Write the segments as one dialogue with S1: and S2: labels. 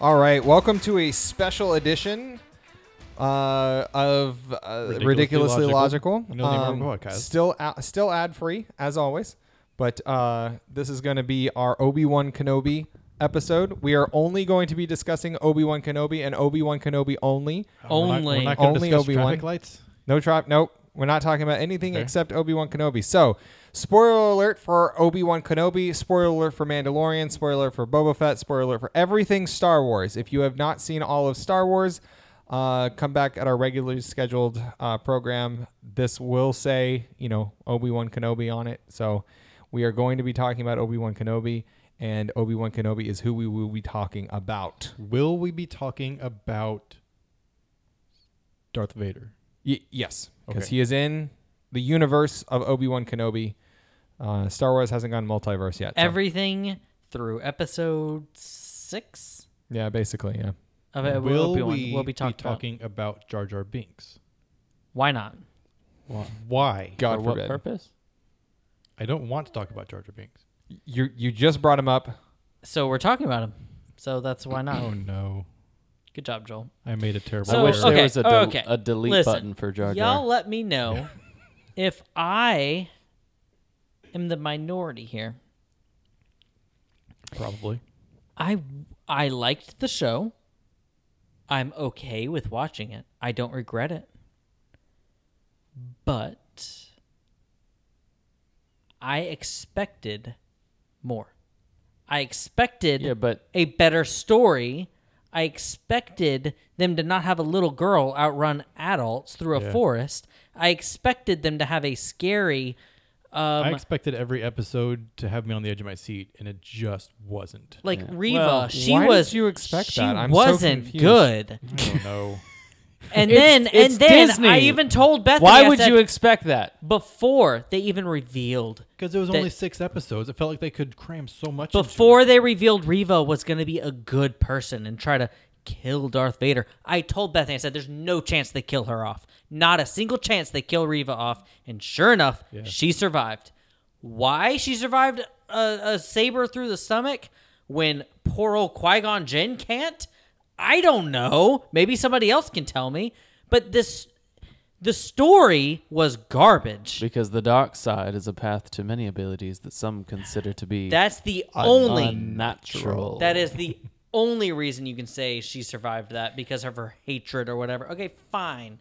S1: All right, welcome to a special edition uh, of uh,
S2: Ridiculously
S1: ridiculously logical. Um,
S2: Logical. You know the name of our podcast.
S1: Still, a- still ad free as always, but uh, this is going to be our Obi Wan Kenobi episode. We are only going to be discussing Obi Wan Kenobi and Obi Wan Kenobi only.
S2: Uh, We're not,
S3: Only.
S2: we're not gonna
S1: Only
S2: discuss
S1: Obi-Wan.
S2: traffic lights.
S1: No trap. Nope. We're not talking about anything
S2: Okay.
S1: except Obi Wan Kenobi. So, spoiler alert for Obi Wan Kenobi. Spoiler alert for Mandalorian. Spoiler alert for Boba Fett. Spoiler alert for everything Star Wars. If you have not seen all of Star Wars, uh, come back at our regularly scheduled uh, program. This will say, you know, Obi Wan Kenobi on it. So, we are going to be talking about Obi Wan Kenobi, and Obi Wan Kenobi is who we will be talking about.
S2: Will we be talking about Darth Vader?
S1: Y- yes, because
S2: Okay.
S1: he is in the universe of Obi Wan Kenobi. Uh, Star Wars hasn't gone multiverse yet. so-
S3: Everything through episode six
S1: yeah, basically, yeah.
S3: of it
S2: Will
S3: will be,
S2: we
S3: will be, talked about.
S2: talking about Jar Jar Binks?
S3: Why not?
S2: Why?
S1: God
S4: For what
S1: forbid.
S4: purpose?
S2: I don't want to talk about Jar Jar Binks.
S1: you you just brought him up.
S3: So we're talking about him. So that's why
S2: Oh
S3: not.
S2: no,
S3: Good job, Joel.
S2: I made a terrible.
S3: So-
S4: I wish
S2: error.
S3: okay,
S4: there was a,
S3: oh,
S4: del-
S3: okay.
S4: a delete
S3: Listen,
S4: button for Jar
S3: Y'all
S4: Jar.
S3: let me know if I am the minority here.
S2: probably.
S3: I I liked the show. I'm okay with watching it. I don't regret it. But I expected more. I expected
S4: Yeah, but
S3: a better story. I expected them to not have a little girl outrun adults through
S2: Yeah.
S3: a forest. I expected them to have a scary um,
S2: I expected every episode to have me on the edge of my seat, and it just wasn't.
S3: like Reva,
S4: Well,
S3: she
S1: why did
S3: was.
S1: you expect
S3: she
S1: that? I'm so
S3: wasn't
S1: confused.
S3: good.
S2: I don't know.
S3: And
S4: It's-
S3: then
S4: it's
S3: and then I
S4: Disney.
S3: even told Bethany.
S4: why
S3: I
S4: would
S3: said,
S4: you expect that?
S3: before they even revealed
S2: Because it was
S3: That-
S2: only six episodes, it felt like they could cram so much. into
S3: before
S2: it.
S3: they revealed Reva was going to be a good person and try to kill Darth Vader. I told Bethany, I said, "There's no chance they kill her off. Not a single chance they kill Reva off." And sure enough, she survived. Why she survived a, a saber through the stomach when poor old Qui Gon Jinn can't? I don't know. Maybe somebody else can tell me. But this, the story was garbage.
S4: Because the dark side is a path to many abilities that some consider to be
S3: That's the only
S4: unnatural.
S3: That is the only reason you can say she survived that because of her hatred or whatever. Okay, fine.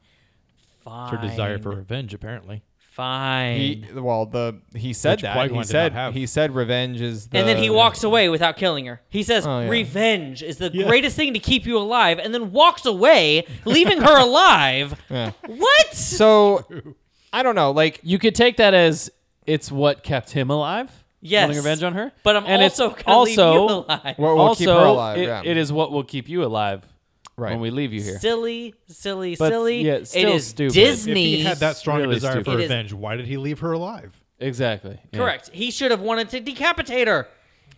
S3: Fine.
S2: It's her desire for revenge, apparently.
S3: Fine.
S1: He well the he said
S2: Which
S1: that
S2: Qui-Gon
S1: he
S2: did
S1: said
S2: not have.
S1: he said revenge is the
S3: and then he walks away without killing her. He says,
S1: uh, Oh, yeah.
S3: Revenge is the greatest thing to keep you alive, and then walks away, leaving her alive.
S1: Yeah.
S3: What?
S1: So I don't know, like
S4: you could take that as it's what kept him alive.
S3: Yes.
S4: wanting revenge on her.
S3: but I'm
S4: and
S3: also
S4: it's
S3: going to leave you
S4: also
S3: alive.
S1: what will
S4: also
S1: keep her alive?
S4: it-
S1: yeah.
S4: it is what will keep you alive
S1: Right.
S4: when we leave you here.
S3: Silly, silly,
S4: But,
S3: silly.
S4: yeah, it's still
S3: it is
S4: stupid. If he
S2: If
S3: Disney.
S2: he had that strong a
S4: really
S2: desire for
S4: stupid.
S3: It is-
S2: revenge, why did he leave her alive?
S4: Exactly. yeah.
S3: Correct. He should have wanted to decapitate her.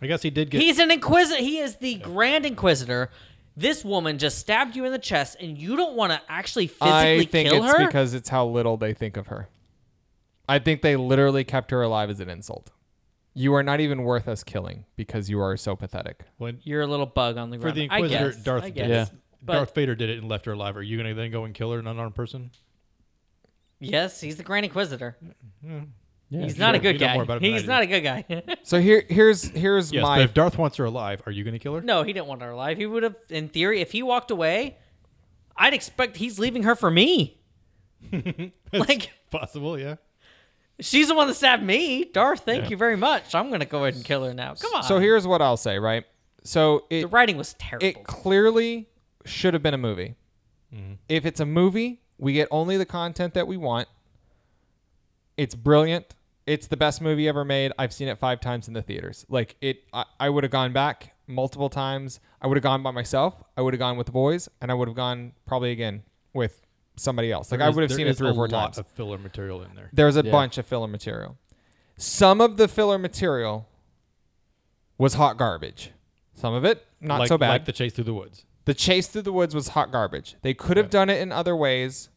S2: I guess he did get.
S3: He's an inquisitor. He is the Grand Inquisitor. This woman just stabbed you in the chest, and you don't want to actually physically
S1: I think
S3: kill
S1: it's
S3: her.
S1: because it's how little they think of her. I think they literally kept her alive as an insult. You are not even worth us killing because you are so pathetic.
S2: when,
S3: You're a little bug on the
S2: for
S3: ground.
S2: the
S3: I
S2: Inquisitor,
S3: guess.
S2: Darth
S3: I
S2: did
S3: guess.
S2: it.
S4: Yeah.
S3: But-
S2: Darth Vader did it and left her alive. Are you going to then go and kill her, an unarmed person?
S3: Yes, he's the Grand Inquisitor.
S4: Yeah,
S3: He's not a
S2: sure.
S3: good
S2: You know
S3: guy.
S2: more about him than
S3: He's
S2: I
S3: not a good guy.
S1: So here, here's here's
S2: Yes, but
S1: my
S2: if Darth wants her alive, are you going to kill her?
S3: no, he didn't want her alive. He would have, in theory, if he walked away, I'd expect he's leaving her for me. like
S2: Possible, yeah.
S3: she's the one that stabbed me, Darth. Thank you very much. I'm gonna go ahead and kill her now. Come on.
S1: So here's what I'll say, right? So
S3: the
S1: it
S3: writing was terrible.
S1: it clearly should have been a movie.
S2: Mm-hmm.
S1: If it's a movie, we get only the content that we want. It's brilliant. It's the best movie ever made. I've seen it five times in the theaters. Like it, I, I would have gone back multiple times. I would have gone by myself. I would have gone with the boys, and I would have gone probably again with somebody else. Like I
S2: There is-
S1: would have
S2: there
S1: seen it
S2: is
S1: three
S2: a
S1: or four
S2: lot
S1: times.
S2: of filler material in there.
S1: There's a
S4: Yeah.
S1: bunch of filler material. Some of the filler material was hot garbage. Some of it not
S2: like,
S1: so bad.
S2: Like the
S1: the,
S2: chase through the woods.
S1: chase through the woods was hot garbage. They could have done it in other ways.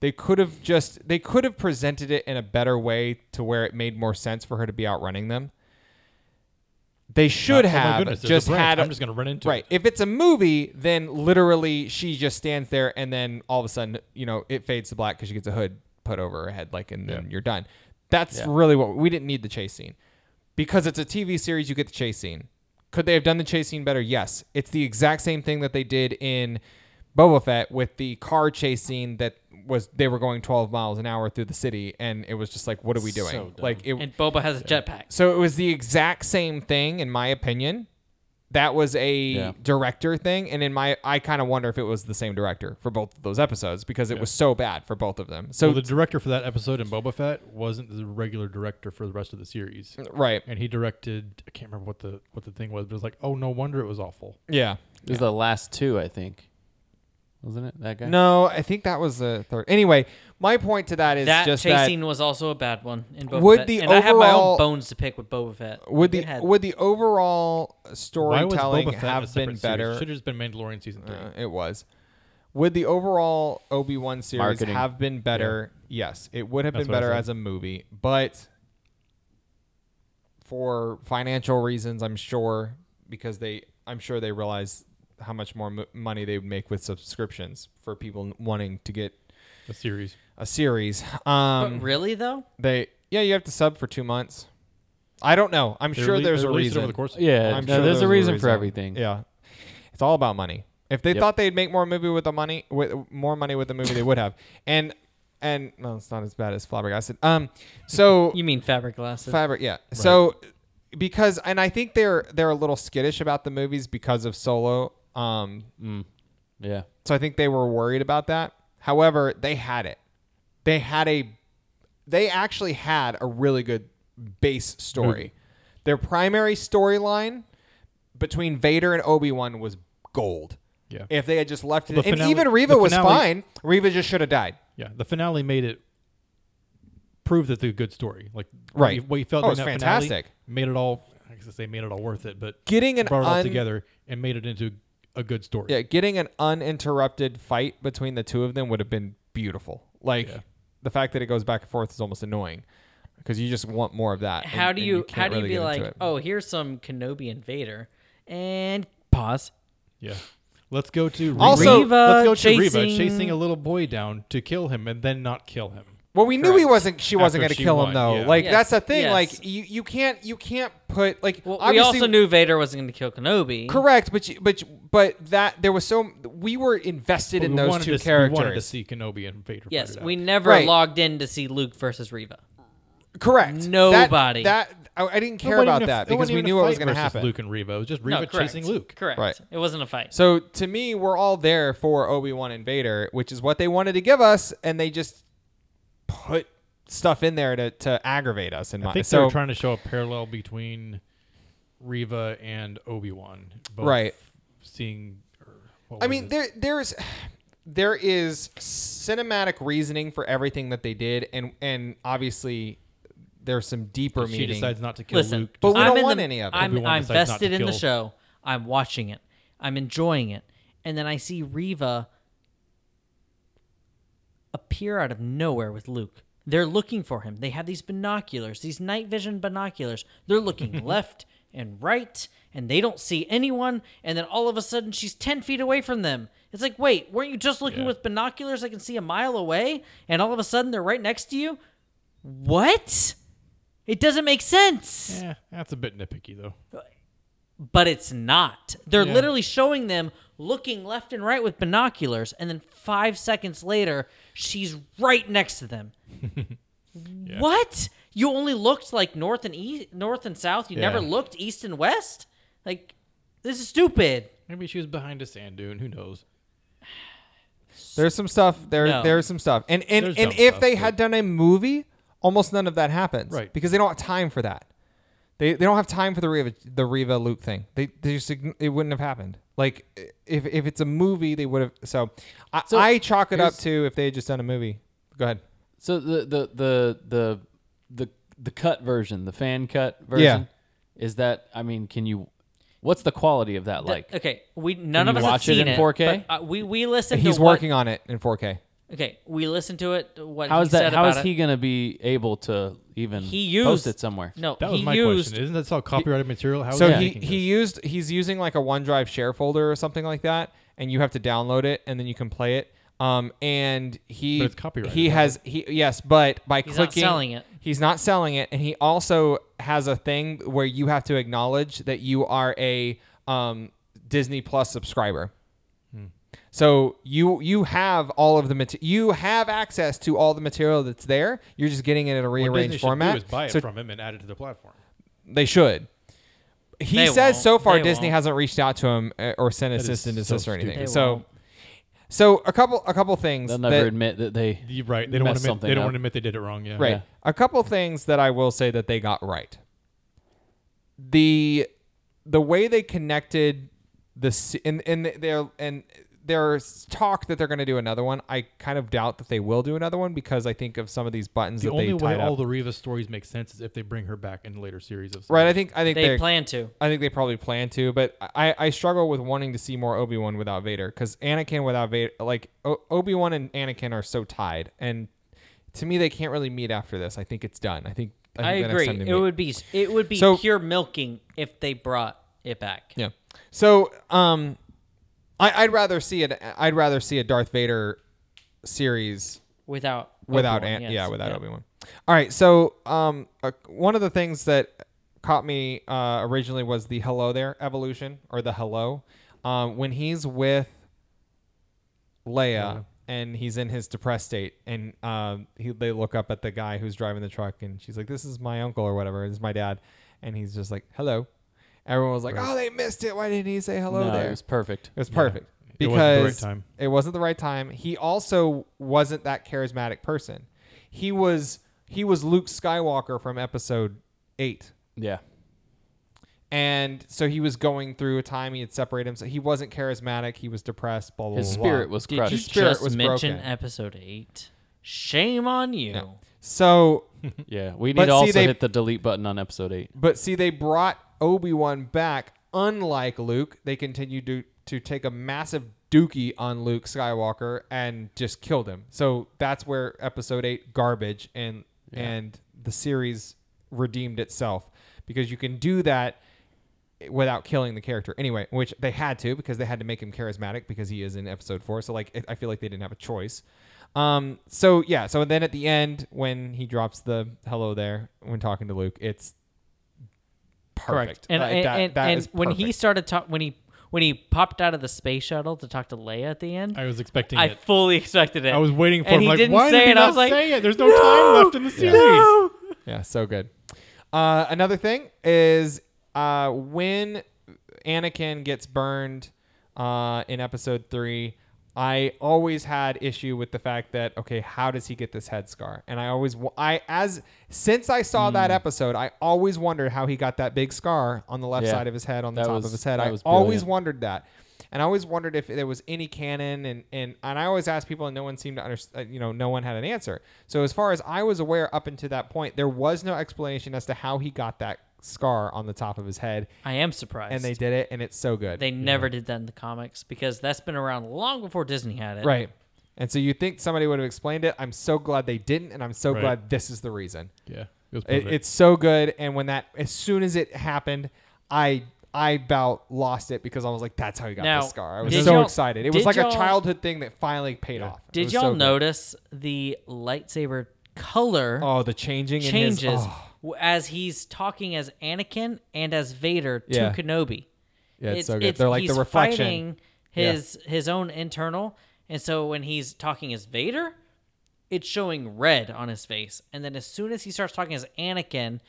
S1: They could have just they could have presented it in a better way to where it made more sense for her to be outrunning them. They should
S2: Oh my
S1: have
S2: goodness, there's a
S1: just
S2: branch.
S1: had.
S2: I'm just gonna run into
S1: right. If it's a movie, then literally she just stands there, and then all of a sudden, you know, it fades to black because she gets a hood put over her head, like, and then
S2: Yeah.
S1: you're done. That's really what we didn't need the chase scene because it's a TV series. You get the chase scene. Could they have done the chase scene better? Yes. It's the exact same thing that they did in Boba Fett with the car chase scene that was they were going 12 miles an hour through the city, and it was just like, what are we doing?
S4: dumb.
S1: like it
S3: And Boba has a jetpack.
S1: so it was the exact same thing, in my opinion. That was a
S4: Yeah.
S1: director thing, and in my, I kind of wonder if it was the same director for both of those episodes because it was so bad for both of them. So
S2: Well, the director for that episode in Boba Fett wasn't the regular director for the rest of the series,
S1: right,
S2: and he directed. I can't remember what the what the thing was, but it was like, oh, no wonder it was awful.
S1: yeah.
S4: It was the last two, I think. Wasn't it that guy?
S1: No, I think that was the third. Anyway, my point to that is
S3: That
S1: just
S3: chasing
S1: that
S3: was also a bad one in Boba
S1: Would
S3: Fett.
S1: the
S3: and I have my
S1: overall-
S3: own bones to pick with Boba Fett.
S1: would
S3: It
S1: the
S3: had-
S1: would the overall
S2: Why was
S1: storytelling
S2: Boba Fett
S1: have been better?
S2: Should have just been Mandalorian season three.
S1: Uh, it was. Would the overall Obi Wan series
S4: Marketing.
S1: have been better? Yes, it would have
S2: That's
S1: been
S2: what I
S1: better
S2: said.
S1: as a movie, but for financial reasons, I'm sure because they, I'm sure they realize how much more m- money they would make with subscriptions for people wanting to get
S2: a series.
S1: a series. Um,
S3: but really though,
S1: they, yeah, you have to sub for two months. I don't know. I'm
S2: They
S1: sure
S2: rele-
S1: there's
S2: they
S1: a
S2: released
S1: reason.
S2: it Over the course of-
S4: Yeah,
S1: I'm
S4: Uh, no,
S1: sure
S4: there's a reason, for
S1: reason.
S4: everything.
S1: Yeah, it's all about money. If they
S4: Yep.
S1: thought they'd make more movie with the money, with more money with the movie, they would have. And and no, it's not as bad as flabbergasted. Um, so
S3: you mean fabric glasses?
S1: fabric, yeah. So because and I think they're they're a little skittish about the movies because of Solo. Um,
S4: Yeah.
S1: so I think they were worried about that. However, they had it. They had a they actually had a really good base story.
S2: Hmm.
S1: Their primary storyline between Vader and Obi-Wan was gold.
S2: Yeah.
S1: If they had just left
S2: Well,
S1: it
S2: the
S1: and
S2: finale-
S1: even Reva
S2: the
S1: was
S2: finale-
S1: fine. Reva just should have died.
S2: Yeah, the finale made it prove that the good story. Like
S1: Right.
S2: what you felt
S1: Oh,
S2: in
S1: it's
S2: that
S1: fantastic.
S2: finale made it all. I guess they made it all worth it, but
S1: Getting an
S2: brought it all
S1: un-
S2: together and made it into a good story.
S1: Yeah, getting an uninterrupted fight between the two of them would have been beautiful. Like
S2: Yeah.
S1: the fact that it goes back and forth is almost annoying because you just want more of that. and-
S3: how do
S1: and
S3: you,
S1: can't
S3: how do you
S1: really
S3: be
S1: get into
S3: like,
S1: it.
S3: oh, here's some Kenobi invader, and pause.
S2: Yeah. Let's go to Reva.
S1: Also-
S3: Reva
S2: let's go to Reva
S3: chasing-
S2: chasing a little boy down to kill him and then not kill him.
S1: Well, we knew he wasn't. She wasn't
S2: After
S1: going to
S2: she
S1: kill him
S2: won,
S1: though.
S2: yeah.
S1: Like
S3: Yes,
S1: that's the thing.
S3: yes.
S1: Like you, you can't you can't put like
S3: Well, we
S1: obviously
S3: also knew Vader wasn't going to kill Kenobi.
S1: correct, but you, but you- but that there was so we were invested in
S2: We
S1: those
S2: wanted
S1: two
S2: to, We wanted to
S1: characters.
S2: see Kenobi and Vader. fight
S3: Yes,
S2: it out.
S3: we never
S1: Right.
S3: logged in to see Luke versus Reva.
S1: Correct. That-
S3: Nobody.
S1: That, I, I didn't
S2: It
S1: care
S2: wasn't
S1: about
S2: even a-
S1: that
S2: it wasn't
S1: because we
S2: even a
S1: knew what
S2: fight
S1: was going to
S2: versus
S1: happen.
S2: Luke and Reva. It was just Reva
S3: correct.
S2: chasing Luke.
S3: Correct.
S1: Right.
S3: It wasn't a fight.
S1: So to me, we're all there for Obi Wan and Vader, which is what they wanted to give us, and they just put stuff in there to, to aggravate us. In my
S2: I think
S1: so
S2: they were trying to show a parallel between Reva and Obi Wan.
S1: Right.
S2: Seeing. or what
S1: I
S2: was
S1: mean,
S2: it?
S1: there there's there is cinematic reasoning for everything that they did, and and obviously there's some deeper
S2: she
S1: meaning.
S2: decides not to kill
S3: Listen,
S2: Luke.
S1: But we
S2: just-
S1: don't
S3: I'm in
S1: want
S3: the-
S1: any of it.
S3: I'm,
S2: Obi-Wan
S3: I'm
S2: decides not to
S3: vested in the
S2: kill-
S3: show. I'm watching it. I'm enjoying it. And then I see Reva appear out of nowhere with Luke. They're looking for him. They have these binoculars, these night vision binoculars. They're looking left and right, and they don't see anyone. And then all of a sudden, she's 10 feet away from them. It's like, wait, weren't you just looking
S2: Yeah.
S3: with binoculars? I can see a mile away, and all of a sudden, they're right next to you. What? It doesn't make sense
S2: Eh, that's a bit nitpicky though.
S3: but it's not. They're
S2: Yeah.
S3: literally showing them looking left and right with binoculars, and then five seconds later, she's right next to them. What? You only looked like north and east, north and south. You never
S2: Yeah.
S3: looked east and west. Like this is stupid.
S2: Maybe she was behind a sand dune. Who knows?
S1: there's some stuff. There
S3: No.
S1: there's some stuff, and and
S2: There's
S1: and
S2: dumb
S1: if
S2: stuff,
S1: they
S2: but-
S1: had done a movie, almost none of that happens,
S2: Right.
S1: Because they don't have time for that. They, they don't have time for the Reva the Reva Luke thing. They they just ign- it wouldn't have happened. Like if if it's a movie, they would have. So I, I chalk it up to if they had just done a movie. Go ahead.
S4: So the the the the the the cut version, the fan cut version, is that? I mean, can you? What's the quality of that
S3: Th-
S4: like?
S3: okay, we none
S4: you
S3: of us have
S4: watch it
S3: seen
S4: in 4K?
S3: but, uh, we we listened.
S1: He's
S3: to what-
S1: working on it in 4K.
S3: Okay, we listened to it. What
S4: How
S3: he
S4: is that?
S3: Said
S4: How
S3: about
S4: is
S3: it.
S4: he going to be able to even
S3: He
S4: post
S3: used-
S4: it somewhere?
S3: No,
S2: That
S3: he
S2: was my
S3: used.
S2: question. Isn't that all copyrighted material? How is
S1: So
S4: Yeah.
S1: he,
S2: making
S1: he
S2: this?
S1: used he's using like a OneDrive share folder or something like that, and you have to download it and then you can play it. Um, and he
S2: But it's copyrighted,
S1: he
S2: right?
S1: has he yes, but by
S3: He's not
S1: clicking
S3: selling it.
S1: he's not selling it, and he also has a thing where you have to acknowledge that you are a um, Disney Plus subscriber.
S2: Hmm.
S1: So you you have all of the mat- you have access to all the material that's there. You're just getting it in a
S2: What Disney
S1: rearranged
S2: should
S1: format.
S2: Do is buy it
S1: so
S2: from him and add it to the platform.
S1: they should. He
S3: They
S1: says
S3: won't.
S1: so far
S3: They
S1: Disney
S3: won't.
S1: hasn't reached out to him uh, or sent
S2: That is
S1: assistant
S2: so
S1: assist or anything.
S3: stupid. They
S1: So,
S3: won't.
S1: so a couple a couple things
S4: They'll
S1: that,
S4: never admit that they.
S2: You're right. They don't want
S4: Mess
S2: to admit.
S4: something
S2: They don't
S4: up.
S2: want to admit they did it wrong. Yeah.
S1: right
S4: yeah.
S1: a couple things that I will say that they got right. The the way they connected the se- and and their and there's talk that they're going to do another one. I kind of doubt that they will do another one because I think of some of these buttons
S2: The
S1: that
S2: only
S1: they
S2: way
S1: tied
S2: all
S1: up.
S2: the Riva stories make sense is if they bring her back in later series of.
S1: right, I think I think
S3: They
S1: are
S3: plan to.
S1: I think they probably plan to, but I, I struggle with wanting to see more Obi Wan without Vader because Anakin without Vader, like o- Obi Wan and Anakin are so tied, and to me they can't really meet after this. I think it's done. I think I,
S3: I
S1: think the next
S3: agree.
S1: time they
S3: It
S1: meet-
S3: would be it would be
S1: So-
S3: pure milking if they brought it back.
S1: yeah. So um, I I'd rather see it. I'd rather see a Darth Vader series
S3: Without
S1: without
S3: Obi-Wan,
S1: An-
S3: yes.
S1: yeah without Obi Wan. All right, so um, uh, one of the things that caught me uh, originally was the hello there evolution or the hello um, when he's with Leia and he's in his depressed state and um, he, they look up at the guy who's driving the truck and she's like, "This is my uncle or whatever. This is my dad," and he's just like, "Hello." Everyone was like, "Oh, they missed it. Why didn't he say hello
S4: no,
S1: there?"
S4: it was perfect.
S1: It was perfect
S2: It
S1: because
S2: wasn't the right time.
S1: it wasn't the right time. He also wasn't that charismatic person. He was he was Luke Skywalker from Episode Eight,
S4: Yeah.
S1: and so he was going through a time he had separated himself. He wasn't charismatic. He was depressed. Blah blah.
S4: His
S1: blah,
S4: spirit
S1: blah.
S4: was
S3: Did you
S4: crushed.
S1: spirit
S3: just
S1: was
S3: mention
S1: broken.
S3: episode eight? Shame on you.
S1: So,
S4: yeah. We
S1: But
S4: need
S1: see,
S4: to also
S1: they-
S4: hit the delete button on episode eight.
S1: but see, they brought Obi Wan back. Unlike Luke, they continued to to take a massive dookie on Luke Skywalker and just killed him. So that's where Episode Eight garbage and and the series redeemed itself because you can do that without killing the character anyway which they had to because they had to make him charismatic because he is in episode four so like i feel like they didn't have a choice um so yeah so then at the end when he drops the hello there when talking to luke it's perfect
S3: And
S1: Like,
S3: and,
S1: that-
S3: and,
S1: that
S3: and
S1: is
S3: when he
S1: perfect.
S3: started talk when he when he popped out of the space shuttle to talk to Leia at the end,
S2: I was expecting
S3: I
S2: it.
S3: fully expected it.
S2: I was waiting for
S3: and
S2: him.
S3: He
S2: like,
S3: didn't
S2: why
S3: say
S2: did
S3: it.
S2: he not
S3: I was like,
S2: say it? There's no, time left in the series.
S1: Yeah, so good. Uh, another thing is uh, when Anakin gets burned uh, in episode three, I always had issue with the fact that okay, how does he get this head scar? And I always wa- I as since I saw that episode, I always wondered how he got that big scar on the left
S4: Yeah.
S1: side of his head, on the
S4: That
S1: top
S4: was-
S1: of his head.
S4: that
S1: I
S4: was
S1: always
S4: brilliant.
S1: wondered that. And I always wondered if there was any canon, and and, and I always asked people, and no one seemed to understand. You know, no one had an answer. So as far as I was aware, up until that point, there was no explanation as to how he got that scar on the top of his head,
S3: I am surprised.
S1: and they did it, and it's so good,
S3: They never did that in the comics because that's been around long before Disney had it.
S1: right? And so you think somebody would have explained it? I'm so glad they didn't, and I'm so
S2: Right.
S1: glad this is the reason.
S2: Yeah. It was
S1: It,
S2: perfect.
S1: it's so good, and when that, as soon as it happened, I. I about lost it because I was like, "That's how he got
S3: Now,
S1: the scar." I was
S3: did
S1: so
S3: y'all-
S1: excited. It
S3: did
S1: was like a
S3: y'all-
S1: childhood thing that finally paid off. It
S3: Did
S1: was so
S3: y'all
S1: good.
S3: notice the lightsaber color
S1: Oh, the changing in his-
S3: changes
S1: oh.
S3: w- as he's talking as Anakin and as Vader to
S1: Yeah.
S3: Kenobi?
S1: Yeah, it's so good. They're like the
S3: he's
S1: reflection.
S3: fighting his his own internal, and so when he's talking as Vader, it's showing red on his face, and then as soon as he starts talking as Anakin,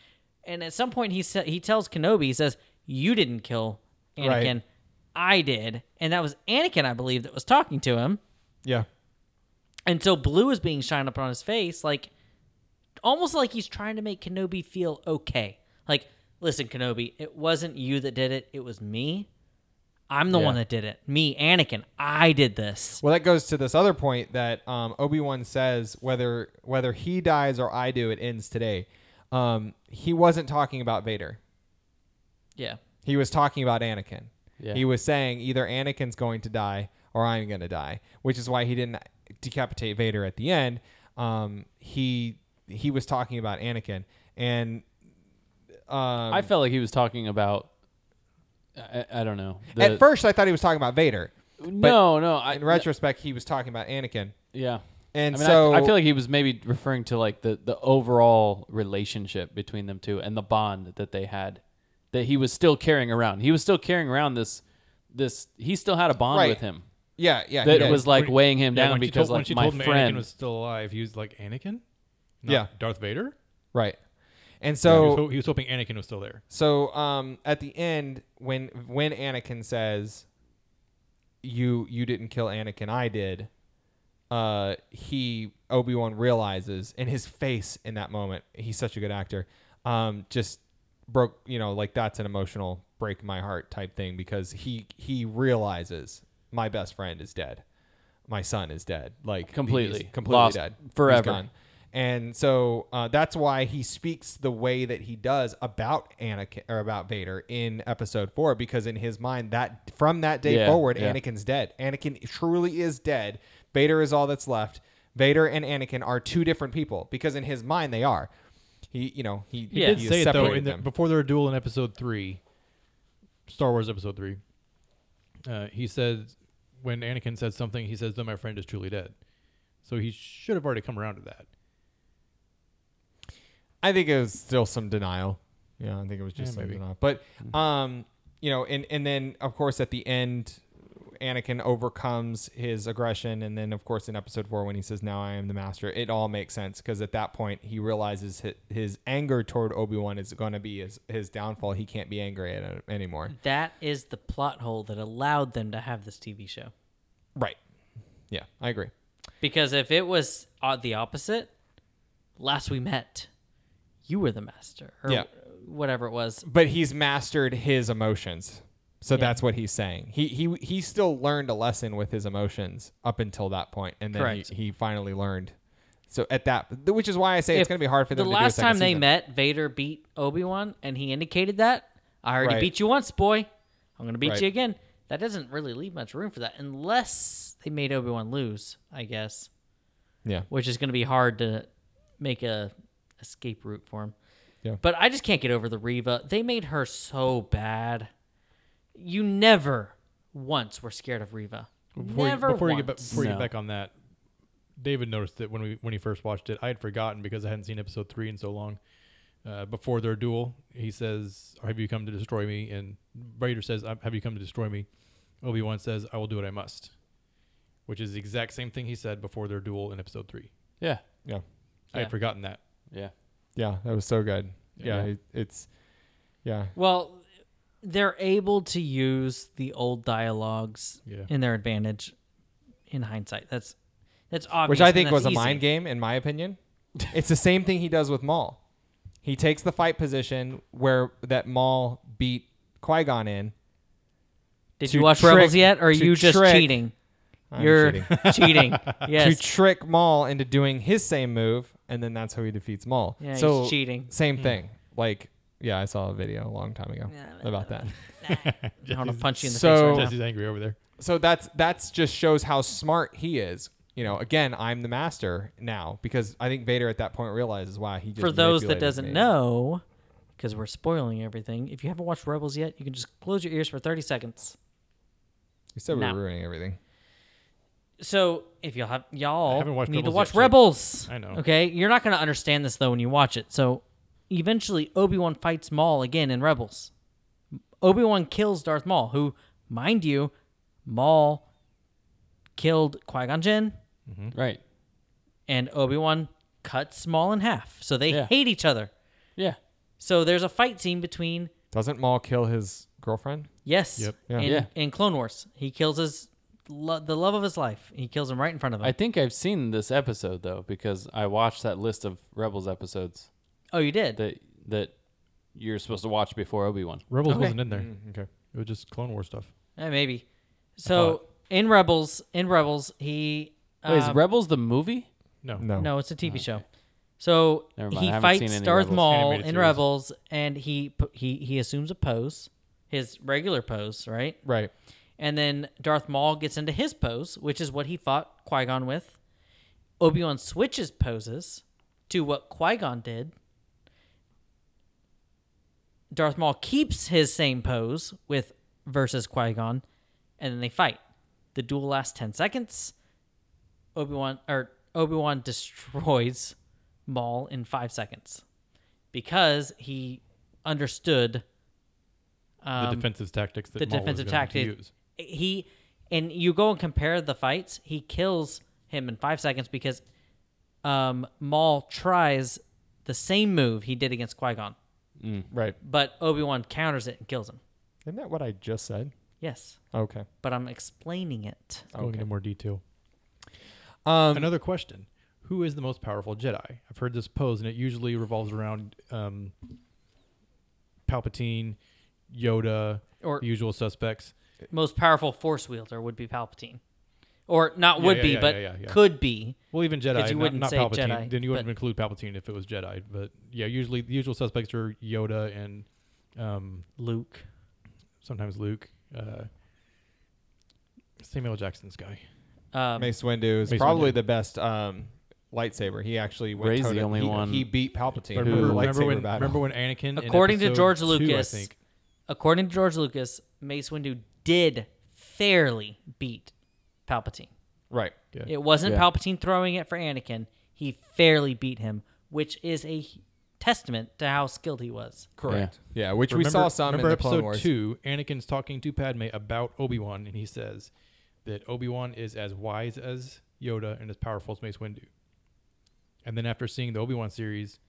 S3: and at some point he sa- he tells Kenobi, he says, "You didn't kill
S1: Right.
S3: Anakin, I did," and that was Anakin, I believe, that was talking to him.
S1: yeah,
S3: And so blue is being shined up on his face, like almost like he's trying to make Kenobi feel okay. Like, listen, Kenobi, it wasn't you that did it, it was me. I'm the
S1: Yeah.
S3: one that did it. Me, Anakin. I did this.
S1: Well, that goes to this other point that um, Obi Wan says whether whether he dies or I do, it ends today. Um, he wasn't talking about Vader.
S3: Yeah.
S1: He was talking about Anakin.
S4: Yeah.
S1: He was saying either Anakin's going to die or I'm going to die, which is why he didn't decapitate Vader at the end, um, he he was talking about Anakin, and um,
S4: I felt like he was talking about. I, I don't know. The-
S1: at first I thought he was talking about Vader.
S4: no, no. I,
S1: In retrospect, he was talking about Anakin,
S4: yeah.
S1: and
S4: I mean,
S1: so
S4: I, I feel like he was maybe referring to like the the overall relationship between them two and the bond that they had, that he was still carrying around. He was still carrying around this, this. He still had a bond
S1: Right.
S4: with him
S1: yeah, yeah, he
S4: that
S1: did.
S4: was like
S2: When-
S4: weighing him
S2: yeah,
S4: down
S2: once you
S4: because
S2: told, once
S4: like
S2: you
S4: my
S2: told him
S4: friend
S2: Anakin was still alive, he was like Anakin. Not
S1: Yeah.
S2: Darth Vader.
S1: right, and
S2: he,
S1: so
S2: was, ho- he was hoping Anakin was still there.
S1: So um, at the end, when when Anakin says, "You you didn't kill Anakin, I did," uh, he Obi Wan realizes, and his face in that moment, he's such a good actor, um, just broke. You know, like that's an emotional break my heart type thing because he he realizes my best friend is dead, my son is dead, like
S4: Completely.
S1: he's completely
S4: Lost
S1: dead He's
S4: forever.
S1: gone. And so uh, that's why he speaks the way that he does about Anakin or about Vader in Episode Four, because in his mind, that from that day
S4: Yeah,
S1: forward,
S4: yeah.
S1: Anakin's dead. Anakin truly is dead. Vader is all that's left. Vader and Anakin are two different people because in his mind they are. He, you know, he,
S4: He Yeah.
S2: Did
S1: he
S2: say it though
S1: separated
S2: in the,
S1: them.
S2: before their duel in Episode Three, Star Wars Episode Three. Uh, he said, when Anakin said something, he says, "Though my friend is truly dead," so he should have already come around to that.
S1: I think it was still some denial. Yeah, I think it was just
S2: Yeah,
S1: some
S2: maybe.
S1: denial. But um, you know, and and then of course at the end, Anakin overcomes his aggression, and then of course in Episode Four when he says, "Now I am the master," it all makes sense because at that point he realizes his, his anger toward Obi Wan is going to be his his downfall. He can't be angry at him anymore.
S3: That is the plot hole that allowed them to have this TV show.
S2: Hmm.
S1: Right. Yeah, I agree.
S3: Because if it was uh, the opposite, last we met, you were the master or
S1: Yeah.
S3: whatever it was.
S1: but he's mastered his emotions. So that's what he's saying. He he he still learned a lesson with his emotions up until that point, and then he,
S3: Correct.
S1: he finally learned. So at that, which is why I say it's
S3: If
S1: going to be hard for them.
S3: The
S1: to
S3: last
S1: do a second
S3: time they
S1: season.
S3: met, Vader beat Obi Wan, and he indicated that I already
S1: Right.
S3: beat you once, boy. I'm gonna beat
S1: Right.
S3: you again. That doesn't really leave much room for that, unless they made Obi Wan lose, I guess,
S1: yeah,
S3: which is gonna be hard to make a escape route for him.
S1: Yeah.
S3: But I just can't get over the Reva. They made her so bad. You never once were scared of Reva.
S2: Before
S3: never
S2: you, before
S3: once.
S2: you get ba- before you
S4: No.
S2: get back on that, David noticed that when we when he first watched it, I had forgotten because I hadn't seen episode three in so long. Uh, before their duel, he says, "Have you come to destroy me?" And Vader says, "Um, "Have you come to destroy me?" Obi Wan says, "I will do what I must," which is the exact same thing he said before their duel in episode three.
S4: yeah,
S1: yeah,
S2: I
S3: Yeah.
S2: had forgotten that.
S4: yeah.
S1: yeah. That was so good. Yeah,
S4: Yeah.
S1: it- it's yeah,
S3: Well, they're able to use the old dialogues
S2: Yeah.
S3: in their advantage. In hindsight, that's that's obvious.
S1: which I
S3: and
S1: think
S3: that's
S1: was a
S3: easy.
S1: mind game in my opinion. it's the same thing he does with Maul. He takes the fight position where that Maul beat Qui Gon in.
S3: Did
S1: to
S3: you watch
S1: trick-
S3: Rebels yet, or are
S1: to
S3: you just
S1: trick-
S3: cheating?
S1: I'm
S3: You're
S1: cheating.
S3: cheating.
S1: to
S3: Yes,
S1: trick Maul into doing his same move, and then that's how he defeats Maul.
S3: Yeah, he's
S1: so
S3: cheating.
S1: Same thing. Like, yeah, I saw a video a long time ago
S3: Yeah,
S1: about that.
S3: I want to punch you in the
S1: So-
S3: face. Right now.
S2: Jesse's angry over there.
S1: So that's that's just shows how smart he is. You know, again, I'm the master now because I think Vader at that point realizes wow he. Just
S3: For those that
S1: manipulated
S3: doesn't
S1: me.
S3: know, because we're spoiling everything, if you haven't watched Rebels yet, you can just close your ears for thirty seconds.
S1: he said we
S3: No.
S1: were ruining everything.
S3: So if y'all have
S2: I
S3: y'all
S2: haven't watched
S3: need to
S2: Rebels
S3: watch
S2: yet, so-
S3: Rebels.
S2: I know.
S3: Okay, you're not going to understand this though when you watch it. So eventually, Obi Wan fights Maul again in Rebels. Obi Wan kills Darth Maul, who, mind you, Maul killed Qui Gon Jinn,
S2: Hmm?
S4: Right.
S3: and Obi Wan cuts Maul in half. So they
S4: Yeah.
S3: hate each other.
S4: Yeah.
S3: So there's a fight scene between
S1: Doesn't Maul kill his girlfriend?
S3: yes,
S2: Yep.
S1: Yeah.
S3: In,
S4: Yeah.
S3: in Clone Wars, he kills his lo- the love of his life. He kills him right in front of him.
S4: I think I've seen this episode though because I watched that list of Rebels episodes
S3: oh, you did.
S4: that that you're supposed to watch before Obi Wan.
S2: Rebels
S3: Okay.
S2: wasn't in there.
S1: Okay.
S2: It was just Clone War stuff.
S3: Eh, maybe. So in Rebels, in Rebels, he
S4: Wait, is
S3: um,
S4: Rebels the movie?
S2: No.
S1: No.
S3: no, it's a TV show. So
S4: Never mind, I
S3: he
S4: haven't seen
S3: fights
S4: any
S3: Darth
S4: Rebels.
S3: Maul in
S2: Animated series.
S3: Rebels, and he p- he he assumes a pose, his regular pose, right?
S1: Right.
S3: And then Darth Maul gets into his pose, which is what he fought Qui Gon with, Obi Wan switches poses to what Qui Gon did. Darth Maul keeps his same pose with versus Qui Gon, and then they fight. The duel lasts ten seconds. Obi Wan or Obi Wan destroys Maul in five seconds because he understood
S2: the defensive tactics that
S3: Um, the
S2: Maul was
S3: defensive
S2: going to
S3: tactics.
S2: use.
S3: He and you go and compare the fights. He kills him in five seconds because um, Maul tries the same move he did against Qui Gon,
S1: Right.
S3: but Obi Wan counters it and kills him.
S1: Isn't that what I just said?
S3: Yes,
S1: Okay.
S3: but I'm explaining it.
S2: Going into more detail.
S1: Um,
S2: Another question: Who is the most powerful Jedi? I've heard this pose, and it usually revolves around um, Palpatine, Yoda,
S3: Or-
S2: the usual suspects.
S3: Most powerful Force wielder would be Palpatine, or not would
S2: yeah,
S3: be,
S2: yeah,
S3: but
S2: yeah, yeah, yeah.
S3: could be.
S2: Well, even Jedi,
S3: you
S2: not,
S3: wouldn't
S2: not
S3: say
S2: Palpatine.
S3: Jedi,
S2: then you wouldn't
S3: but-
S2: include Palpatine if it was Jedi. But yeah, usually the usual suspects are Yoda and um,
S3: Luke.
S2: sometimes Luke. Uh, Samuel L. Jackson's guy.
S3: Um,
S1: Mace Windu is
S2: Mace
S1: probably
S2: Windu.
S1: the best um, lightsaber. He actually went
S4: Ray's the
S1: toe-to-
S4: only
S1: he,
S4: one
S1: He beat Palpatine.
S2: But
S1: in the
S2: remember, remember
S1: lightsaber
S2: when,
S1: battle.
S2: remember when Anakin? in
S3: According to
S2: episode
S3: George
S2: two,
S3: Lucas-
S2: I think
S3: according to George Lucas, Mace Windu did fairly beat Palpatine.
S1: right.
S2: Yeah.
S3: It wasn't
S4: Yeah.
S3: Palpatine throwing it for Anakin. He fairly beat him, which is a h- testament to how skilled he was.
S1: Correct. Yeah, which we saw some in
S2: remember
S1: the Clone
S2: episode
S1: Wars.
S2: two. Anakin's talking to Padme about Obi Wan, and he says that Obi Wan is as wise as Yoda and as powerful as Mace Windu. And then after seeing the Obi Wan series,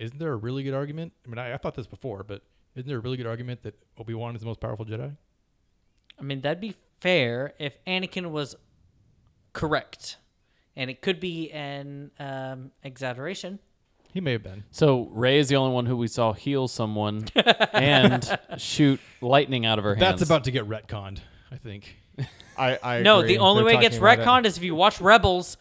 S2: isn't there a really good argument? I mean, I, I thought this before, but isn't there a really good argument that Obi Wan is the most powerful Jedi?
S3: I mean, that'd be fair if Anakin was correct. And it could be an um, exaggeration.
S2: He may have been.
S4: So Ray is the only one who we saw heal someone and shoot lightning out of her hands.
S2: That's about to get retconned, I think.
S1: I, I
S3: No,
S1: agree.
S3: the only
S1: They're
S3: way it gets
S1: talking about
S3: retconned is if you watch Rebels.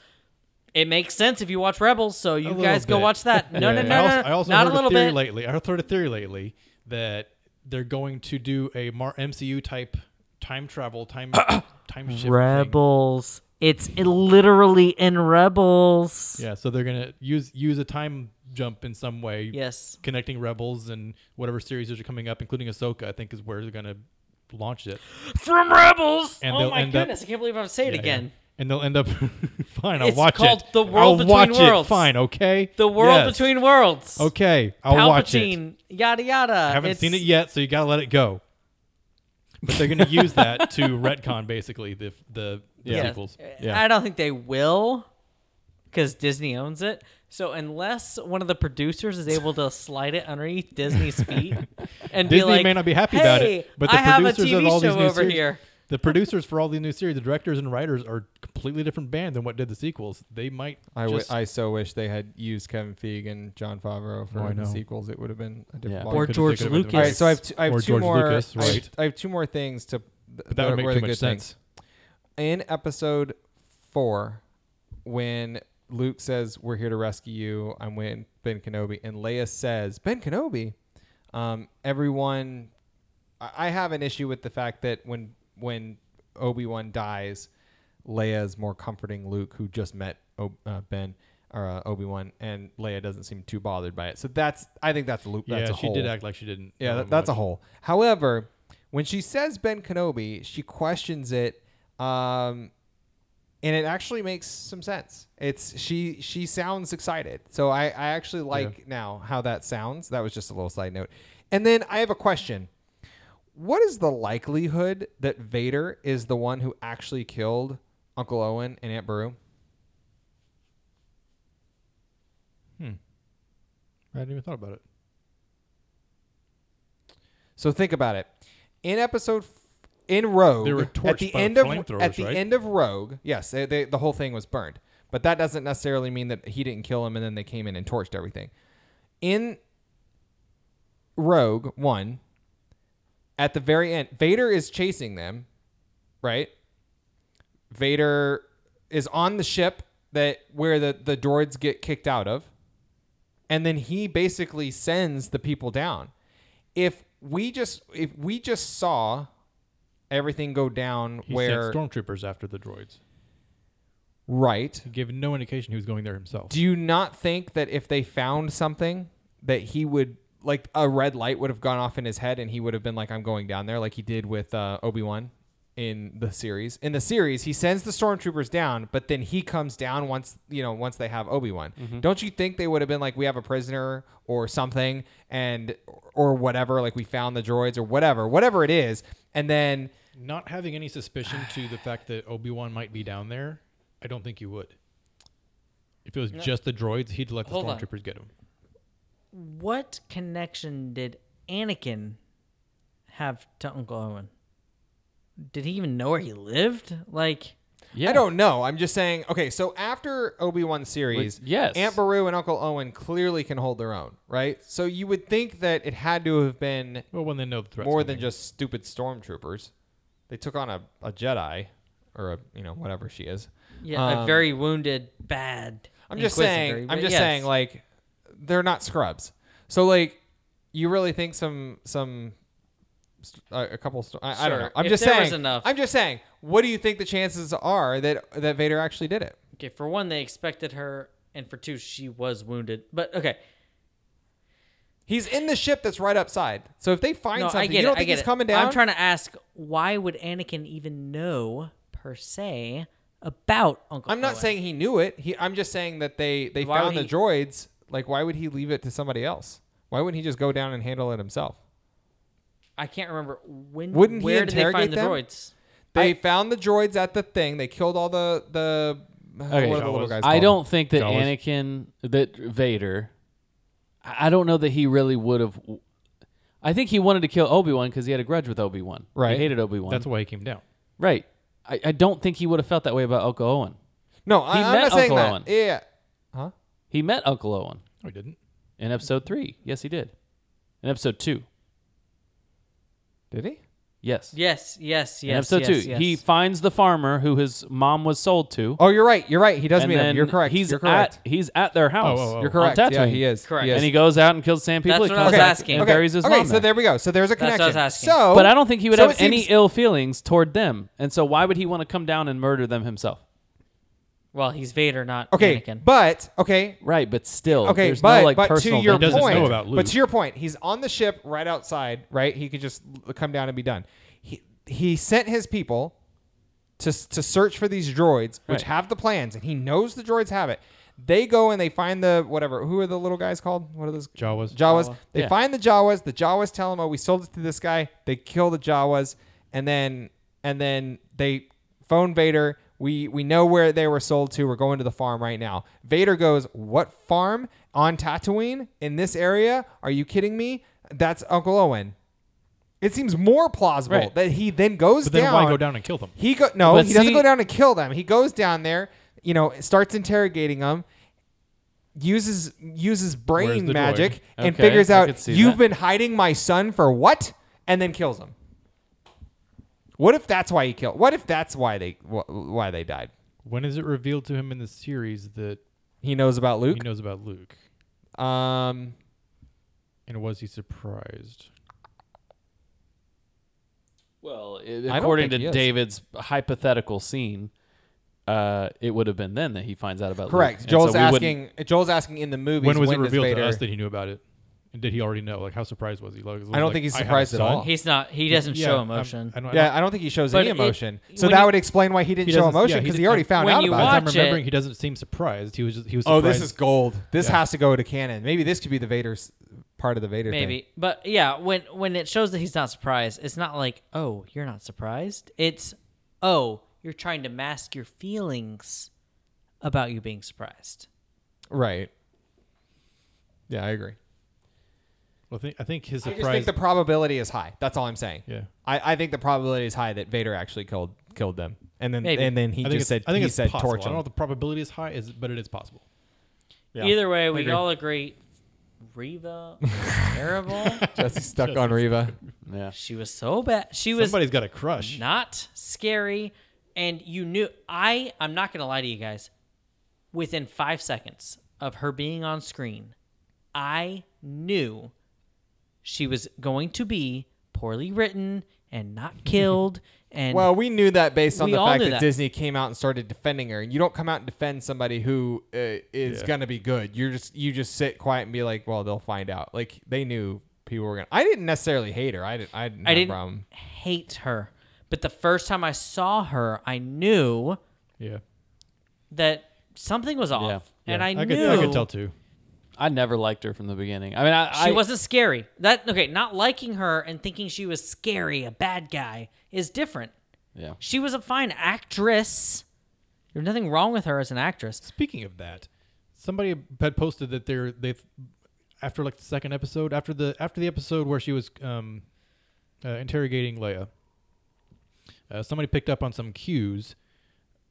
S3: It makes sense if you watch Rebels, so you
S2: little
S3: guys go
S2: bit.
S3: watch that. No, no, no,
S2: And
S3: no,
S2: I also,
S3: no,
S2: I also
S3: not
S2: heard
S3: a little
S2: theory
S3: bit.
S2: lately. I heard a theory lately that they're going to do a Mar- MCU type time travel time time shift. thing.
S3: Rebels. It's literally in Rebels.
S2: Yeah, so they're gonna use use a time jump in some way.
S3: Yes.
S2: connecting Rebels and whatever series are coming up, including Ahsoka, I think is where they're gonna launch it.
S3: From Rebels.
S2: And
S3: oh
S2: they'll
S3: my
S2: end up-
S3: goodness, I can't believe I'm saying
S2: Yeah,
S3: it again.
S2: yeah. And they'll end up fine. I'll
S3: It's
S2: watch
S3: called
S2: it.
S3: The World
S2: I'll
S3: Between
S2: watch
S3: Worlds.
S2: It. Fine, okay.
S3: The World
S2: Yes.
S3: Between Worlds.
S2: Okay, I'll watch it.
S3: Palpatine. Yada yada.
S2: I haven't seen it yet, so you gotta let it go. But they're gonna use that to retcon basically the the, the sequels.
S1: Yeah.
S3: I don't think they will, because Disney owns it. So unless one of the producers is able to slide it underneath Disney's feet, and be
S2: Disney
S3: like,
S2: may not be happy
S3: hey,
S2: about it, but the
S3: I have a
S2: producers
S3: TV
S2: of all
S3: show
S2: these new
S3: over
S2: series,
S3: here.
S2: the producers for all these new series, the directors and writers are completely different band than what did the sequels. They might.
S1: I, w-
S2: just,
S1: I so wish they had used Kevin Feige and John Favreau for
S2: Oh, I
S1: the
S2: know.
S1: sequels. It would have been a different.
S4: Yeah.
S1: ballgame.
S3: Or
S2: Could've
S3: George
S2: taken it with
S1: All
S2: them.
S1: right, so I have two, I have
S2: Or
S1: two
S2: George
S1: more.
S2: Lucas,
S1: I have-
S2: right.
S1: I, have two more things to.
S2: But that would make
S1: were
S2: too
S1: the good
S2: much
S1: things.
S2: sense.
S1: In episode four, when Luke says, "We're here to rescue you," I'm with Ben Kenobi, and Leia says, "Ben Kenobi." Um, everyone, I, I have an issue with the fact that when when Obi Wan dies, Leia is more comforting Luke, who just met o- uh, Ben or uh, Obi Wan, and Leia doesn't seem too bothered by it. So that's I think that's Luke.
S2: Yeah,
S1: that's a
S2: she
S1: whole.
S2: did act like she didn't.
S1: Yeah,
S2: know
S1: that, that's a
S2: much.
S1: whole. However, when she says Ben Kenobi, she questions it, um, and it actually makes some sense. It's she she sounds excited, so I I actually like now how that sounds. That was just a little side note. And then I have a question: What is the likelihood that Vader is the one who actually killed Uncle Owen and Aunt Beru?
S2: I hadn't even thought about it.
S1: So think about it. In episode, f- in Rogue,
S2: They were
S1: at
S2: torched
S1: the
S2: by
S1: end of
S2: flamethrowers,
S1: at the
S2: right?
S1: end of Rogue, yes, they, they, the whole thing was burned. But that doesn't necessarily mean that he didn't kill him, and then they came in and torched everything. In Rogue One, at the very end, Vader is chasing them, right? Vader is on the ship that where the, the droids get kicked out of. And then he basically sends the people down. If we just if we just saw everything go down
S2: He
S1: where
S2: sent stormtroopers after the droids.
S1: Right.
S2: Gave no indication he was going there himself.
S1: Do you not think that if they found something that he would like a red light would have gone off in his head and he would have been like I'm going down there like he did with uh, Obi-Wan in the series. In the series, he sends the stormtroopers down, but then he comes down once, you know, once they have Obi-Wan. Don't you think they would have been like we have a prisoner or something and or whatever like we found the droids or whatever, whatever it is. And then
S2: Not having any suspicion to the fact that Obi Wan might be down there, I don't think you would. If it was just the droids, he'd let the
S3: Hold on.
S2: stormtroopers get him.
S3: What connection did Anakin have to Uncle Owen? Did he even know where he lived? Like,
S4: Yeah.
S1: I don't know. I'm just saying. Okay, so after Obi Wan series,
S4: With- yes.
S1: Aunt Beru and Uncle Owen clearly can hold their own, right? So you would think that it had to have been
S2: Well, when they know the threat,
S1: more than just stupid stormtroopers. They took on a, a Jedi, or a you know whatever she is.
S3: yeah, a
S1: Um,
S3: very wounded, bad.
S1: I'm just saying.
S3: inquisitor,
S1: I'm
S3: but
S1: just
S3: yes.
S1: saying, like, they're not scrubs. So, like, you really think some some uh, a couple? St- I, I don't
S3: Sure.
S1: know. I'm
S3: If
S1: just
S3: there
S1: saying.
S3: was enough.
S1: I'm just saying. What do you think the chances are that that Vader actually did it?
S3: Okay, for one, they expected her, and for two, she was wounded. But okay,
S1: He's in the ship that's right upside. So if they find
S3: no, I
S1: something,
S3: get
S1: you don't
S3: it. I
S1: think
S3: get
S1: he's
S3: it.
S1: coming down?
S3: I'm trying to ask, why would Anakin even know per se about Uncle?
S1: I'm not
S3: Owen?
S1: saying he knew it. He, I'm just saying that they they
S3: Why
S1: found the
S3: would he-
S1: droids. Like, why would he leave it to somebody else? Why wouldn't he just go down and handle it himself?
S3: I can't remember when.
S1: Wouldn't he
S3: where did they
S1: interrogate
S3: find the
S1: them?
S3: droids?
S1: They found the droids at the thing. They killed all the the.
S4: Okay.
S1: what are the little guys
S4: I
S1: called?
S4: don't think that
S2: Jawas.
S4: Anakin, that Vader, I I don't know that he really would have. I think he wanted to kill Obi Wan because he had a grudge with Obi Wan.
S1: Right.
S4: He hated Obi Wan.
S2: That's why he came down.
S4: right. I, I don't think he would have felt that way about Uncle Owen.
S1: No, I,
S4: He
S1: am
S4: met
S1: not saying
S4: Uncle
S1: that.
S4: Owen.
S1: Yeah.
S4: He met Uncle Owen
S2: No, Oh, he didn't.
S4: in episode three. Yes, he did. In episode two.
S1: Did he?
S4: Yes.
S3: Yes, yes, yes.
S4: in episode
S3: yes,
S4: two,
S3: yes.
S4: he finds the farmer who his mom was sold to.
S1: Oh, you're right. You're right. He does
S4: and
S1: meet him.
S4: then
S1: You're correct.
S4: He's
S1: you're correct.
S4: at he's at their house.
S2: oh, oh.
S1: you're correct.
S4: On
S1: Yeah,
S4: Tatooine.
S1: he is.
S3: Correct.
S1: He is.
S4: And he goes out and kills Sam people.
S3: That's
S4: He
S3: what I was
S4: comes back
S3: asking.
S4: And
S1: Okay.
S4: buries his
S1: okay,
S4: mom
S1: so
S4: there.
S1: there we go. So there's a
S3: That's what I was
S1: connection.
S3: asking.
S1: So,
S4: But I don't think he would
S1: so
S4: have
S1: it
S4: any
S1: seems-
S4: ill feelings toward them. And so why would he want to come down and murder them himself?
S3: Well, he's Vader, not
S1: Okay,
S3: Anakin.
S1: but okay,
S4: Right, but still,
S1: okay,
S4: there's
S1: but
S4: no like
S1: but
S4: personal.
S1: to your
S2: vengeance. He doesn't
S1: point,
S2: know about Luke.
S1: but to your point, he's on the ship right outside. Right, he could just l- come down and be done. He he sent his people to s- to search for these droids, which
S4: Right.
S1: have the plans, and he knows the droids have it. They go and they find the whatever. Who are the little guys called? What are those?
S2: Jawas.
S1: Jawas. They
S4: Yeah.
S1: find the Jawas. The Jawas tell them, "Oh, we sold it to this guy." They kill the Jawas, and then and then they phone Vader. We we know where they were sold to. We're going to the farm right now. Vader goes, "What farm on Tatooine in this area? Are you kidding me? That's Uncle Owen." It seems more plausible
S4: Right.
S1: that he then goes
S2: But then
S1: down.
S2: why go down and kill them?
S1: He go no,
S4: But
S1: he doesn't
S4: see-
S1: go down and kill them. He goes down there, you know, starts interrogating them, uses uses
S2: Where's
S1: brain
S2: the
S1: magic
S2: droid?
S1: and
S4: Okay,
S1: figures
S4: I
S1: out
S4: could see
S1: you've
S4: that."
S1: been hiding my son for what, and then kills him. What if that's why he killed? What if that's why they wh- why they died?
S2: When is it revealed to him in the series that
S1: He knows about Luke.
S2: he knows about Luke?
S1: um,
S2: And was he surprised?
S4: well,
S1: don't
S4: according
S1: think he
S4: to
S1: is.
S4: David's hypothetical scene, uh, it would have been then that he finds out about.
S1: correct.
S4: Luke. And so
S1: Joel's
S4: we wouldn't-
S1: asking. Joel's asking in the movies.
S2: when was it
S1: does
S2: revealed
S1: Vader-
S2: to us that he knew about it? And did he already know? Like, how surprised was he? Like, was
S1: I don't
S2: like,
S1: think he's
S2: "I have a
S1: surprised at
S2: son?"
S1: all.
S3: he's not. He doesn't
S2: Yeah,
S3: show
S2: I'm-
S3: emotion.
S2: I don't, I don't-
S1: Yeah, I don't think he shows
S3: But
S1: any
S3: it-
S1: emotion. so
S3: when
S1: that
S3: you-
S1: would explain why he didn't
S2: he
S1: show
S2: doesn't- yeah,
S1: emotion
S2: he
S1: because he,
S2: didn't-
S1: already found
S3: when
S1: out
S3: you
S1: about
S2: As
S1: it.
S2: I'm
S3: Watch
S2: remembering,
S3: it.
S2: he doesn't seem surprised. He was just, he was
S1: Oh,
S2: surprised.
S1: this is gold. This
S2: Yeah.
S1: has to go to canon. Maybe this could be the Vader's part of the Vader
S3: Maybe,
S1: thing.
S3: but yeah, when when it shows that he's not surprised, it's not like, oh, you're not surprised. It's, oh, you're trying to mask your feelings about you being surprised.
S1: Right. Yeah, I agree.
S2: Well, I, think, I think his
S1: I just
S2: surprise.
S1: think the probability is high. That's all I'm saying.
S2: yeah.
S1: I, I think the probability is high that Vader actually killed killed them, and then
S3: Maybe.
S1: and then he
S2: I think
S1: just
S2: it's-
S1: said
S2: I think
S1: he
S2: it's
S1: said
S2: possible.
S1: torch
S2: I don't know
S1: him.
S2: if the probability is high, is, but it is possible.
S1: Yeah.
S3: Either way, we
S2: agree.
S3: all agree. Reva, was terrible.
S1: Jesse's stuck on Reva.
S4: Yeah.
S3: She was so bad. She was
S2: Somebody's got a crush.
S3: not scary, and you knew. I I'm not gonna lie to you guys. Within five seconds of her being on screen, I knew she was going to be poorly written and not killed. And
S1: Well, we knew that based on
S3: We
S1: the
S3: all
S1: fact
S3: knew
S1: that,
S3: that.
S1: Disney came out and started defending her, and you don't come out and defend somebody who uh, is
S2: Yeah.
S1: gonna be good. You're just you just sit quiet and be like, well, they'll find out. Like they knew people were gonna. I didn't necessarily hate her. I didn't. I didn't.
S3: I
S1: have a
S3: didn't
S1: problem.
S3: hate her, but the first time I saw her, I knew
S2: Yeah.
S3: that something was off,
S4: Yeah.
S3: and
S2: Yeah.
S3: I,
S2: could,
S3: knew
S2: I could tell too.
S4: I never liked her from the beginning. I mean, I
S3: she
S4: I,
S3: wasn't scary. That okay, not liking her and thinking she was scary, a bad guy, is different.
S4: Yeah.
S3: She was a fine actress. There's nothing wrong with her as an actress.
S2: Speaking of that, somebody had posted that they're they've after like the second episode after the after the episode where she was um, uh, interrogating Leia. Uh, somebody picked up on some cues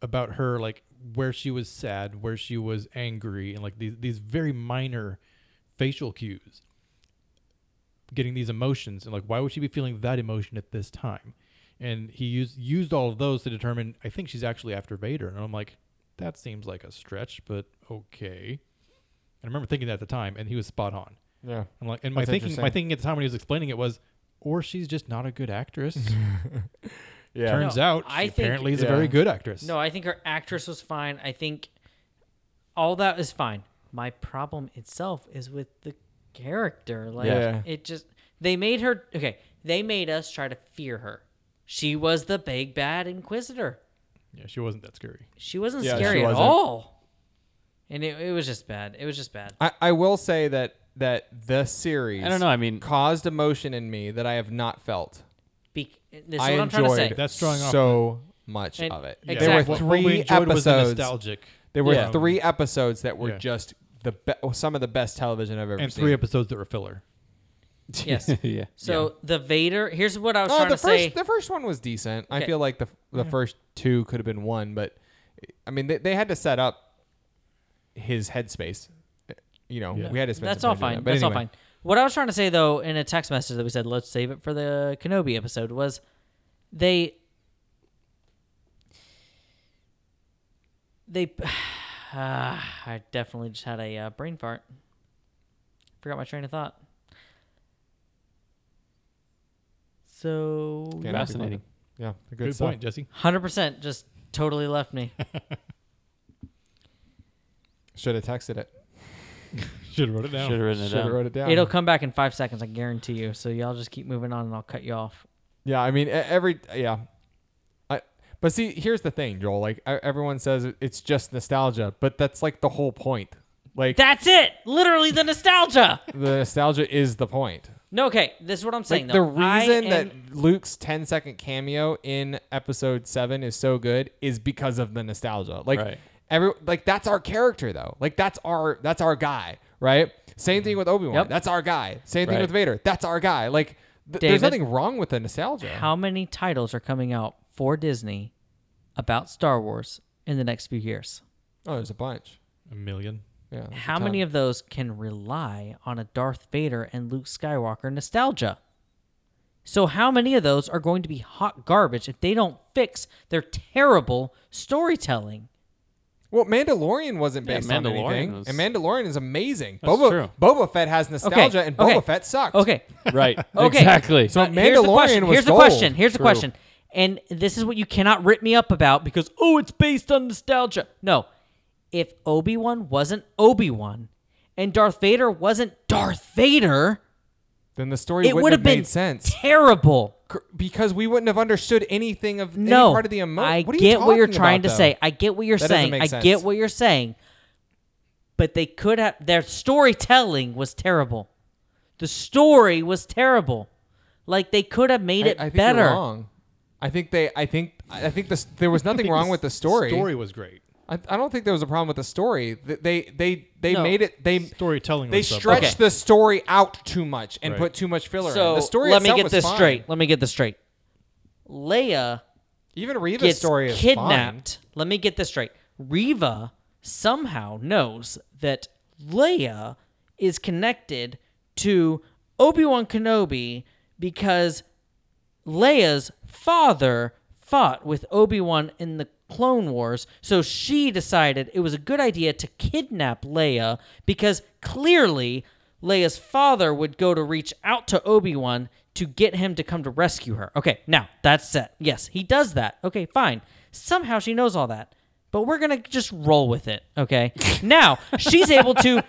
S2: about her, like where she was sad, where she was angry, and like these these very minor facial cues. Getting these emotions and like why would she be feeling that emotion at this time? And he used used all of those to determine I think she's actually after Vader. And I'm like, that seems like a stretch, but okay. And I remember thinking that at the time, and he was spot on.
S1: Yeah.
S2: I'm like, and my
S1: That's
S2: thinking, my
S1: interesting.
S2: thinking at the time when he was explaining it was, or she's just not a good actress.
S1: Yeah.
S2: Turns
S3: No,
S2: out,
S3: I
S2: she
S3: think-
S2: apparently is
S1: Yeah.
S2: a very good actress.
S3: No, I think her actress was fine. I think all that is fine. My problem itself is with the character. Like
S1: Yeah.
S3: it just they made her okay, they made us try to fear her. She was the big bad inquisitor.
S2: yeah, she wasn't that scary.
S3: She wasn't
S1: Yeah,
S3: scary
S1: she
S3: at
S1: wasn't.
S3: all. And it, it was just bad. It was just bad.
S1: I, I will say that that the series
S4: I don't know. I mean,
S1: caused emotion in me that I have not felt.
S3: Be- this is
S1: I
S3: what I'm trying to say.
S1: enjoyed
S2: That's drawing off
S1: so much
S3: And-
S1: of it.
S3: Yeah.
S1: There
S3: Exactly.
S1: were
S2: What,
S1: three
S2: what we enjoyed was
S1: episodes.
S2: the nostalgic,
S1: There were
S4: Yeah.
S1: three episodes that were
S2: Yeah.
S1: just the be- some of the best television I've ever
S2: and
S1: seen.
S2: three episodes that were filler.
S3: Yes.
S4: yeah.
S3: So the Vader. Here's what I was
S1: Oh,
S3: trying
S1: the
S3: to
S1: first
S3: say.
S1: the first one was decent. I
S3: Okay.
S1: feel like the the first two could have been one, but I mean they, they had to set up his headspace. You know,
S2: Yeah.
S1: we had to spend.
S3: That's
S1: some
S3: all
S1: time doing that.
S3: fine.
S1: But
S3: That's all
S1: anyway.
S3: fine. What I was trying to say though, in a text message that we said, let's save it for the Kenobi episode, was they they. Ah, I definitely just had a uh, brain fart. Forgot my train of thought. So
S1: Yeah,
S4: Fascinating.
S1: Yeah, good,
S2: Good,
S1: stuff.
S2: point, Jesse.
S3: hundred percent just totally left me.
S1: Should have texted it.
S2: Should have wrote it
S4: Should
S2: down.
S4: have written it
S1: Should have
S4: down.
S1: wrote it down.
S3: It'll come back in five seconds, I guarantee you. So y'all just keep moving on, and I'll cut you off.
S1: Yeah, I mean e- every yeah. I but see, here's the thing, Joel. Like e- everyone says, it- it's just nostalgia, but that's like the whole point. Like
S3: That's it. Literally the nostalgia.
S1: the nostalgia is the point.
S3: No, okay. This is what I'm saying.
S1: Like the
S3: though. I
S1: reason that
S3: am-
S1: Luke's 10 second cameo in episode 7 is so good is because of the nostalgia. Like
S4: Right.
S1: every like that's our character though. Like that's our that's our guy, right? Same thing with Obi-Wan.
S3: Mm-hmm. Yep.
S1: That's our guy. Same thing
S4: Right.
S1: with Vader. That's our guy. Like th-
S3: David,
S1: there's nothing wrong with the nostalgia.
S3: how many titles are coming out for Disney about Star Wars in the next few years?
S1: oh, there's a bunch.
S2: A million.
S1: Yeah. there's a
S3: How many
S1: ton.
S3: of those can rely on a Darth Vader and Luke Skywalker nostalgia? So, how many of those are going to be hot garbage if they don't fix their terrible storytelling?
S1: Well, Mandalorian wasn't
S4: Yeah,
S1: based
S4: Mandalorian
S1: on anything.
S4: was-
S1: And Mandalorian is amazing.
S4: That's
S1: Boba
S4: true.
S1: Boba Fett has nostalgia and Boba
S3: okay.
S1: Fett sucks.
S3: Okay,
S4: Right.
S3: Okay.
S4: Exactly.
S1: So
S3: But here's the
S1: Mandalorian
S3: question.
S1: was
S3: Here's
S1: gold.
S3: the question. Here's the
S1: True.
S3: question. And this is what you cannot rip me up about because oh, it's based on nostalgia. No, if Obi Wan wasn't Obi Wan, and Darth Vader wasn't Darth Vader,
S1: Then the story
S3: it
S1: wouldn't
S3: would have been
S1: made sense.
S3: terrible.
S1: Cor- because we wouldn't have understood anything of
S3: No,
S1: any part of the emotion.
S3: I get what you're trying to say.
S1: I,
S3: I get what you're
S1: That doesn't
S3: saying.
S1: make
S3: I
S1: sense.
S3: get what you're saying. But they could have. Their storytelling was terrible. The story was terrible. Like they could have made
S1: I,
S3: it
S1: I think
S3: better.
S1: you're wrong. I think they. I think. I I think this. There was nothing wrong with the story.
S2: Story was great.
S1: I, I don't think there was a problem with the story. Th- They. They. They
S3: No.
S1: made it. They.
S2: Storytelling.
S1: They
S2: was something.
S1: stretched
S3: Okay.
S1: the story out too much and
S2: Right.
S1: put too much filler.
S3: So
S1: in. The story
S3: let me
S1: itself
S3: get
S1: was
S3: this
S1: fine.
S3: straight. Let me get this straight. Leia
S1: Even Riva's
S3: gets
S1: story is
S3: kidnapped. Let me get this straight. Riva somehow knows that Leia is connected to Obi Wan Kenobi because Leia's father fought with Obi Wan in the Clone Wars, so she decided it was a good idea to kidnap Leia because clearly Leia's father would go to reach out to Obi Wan to get him to come to rescue her. Okay, now that's set. Yes, he does that. Okay, fine. Somehow she knows all that, but we're gonna just roll with it. Okay. now she's able to.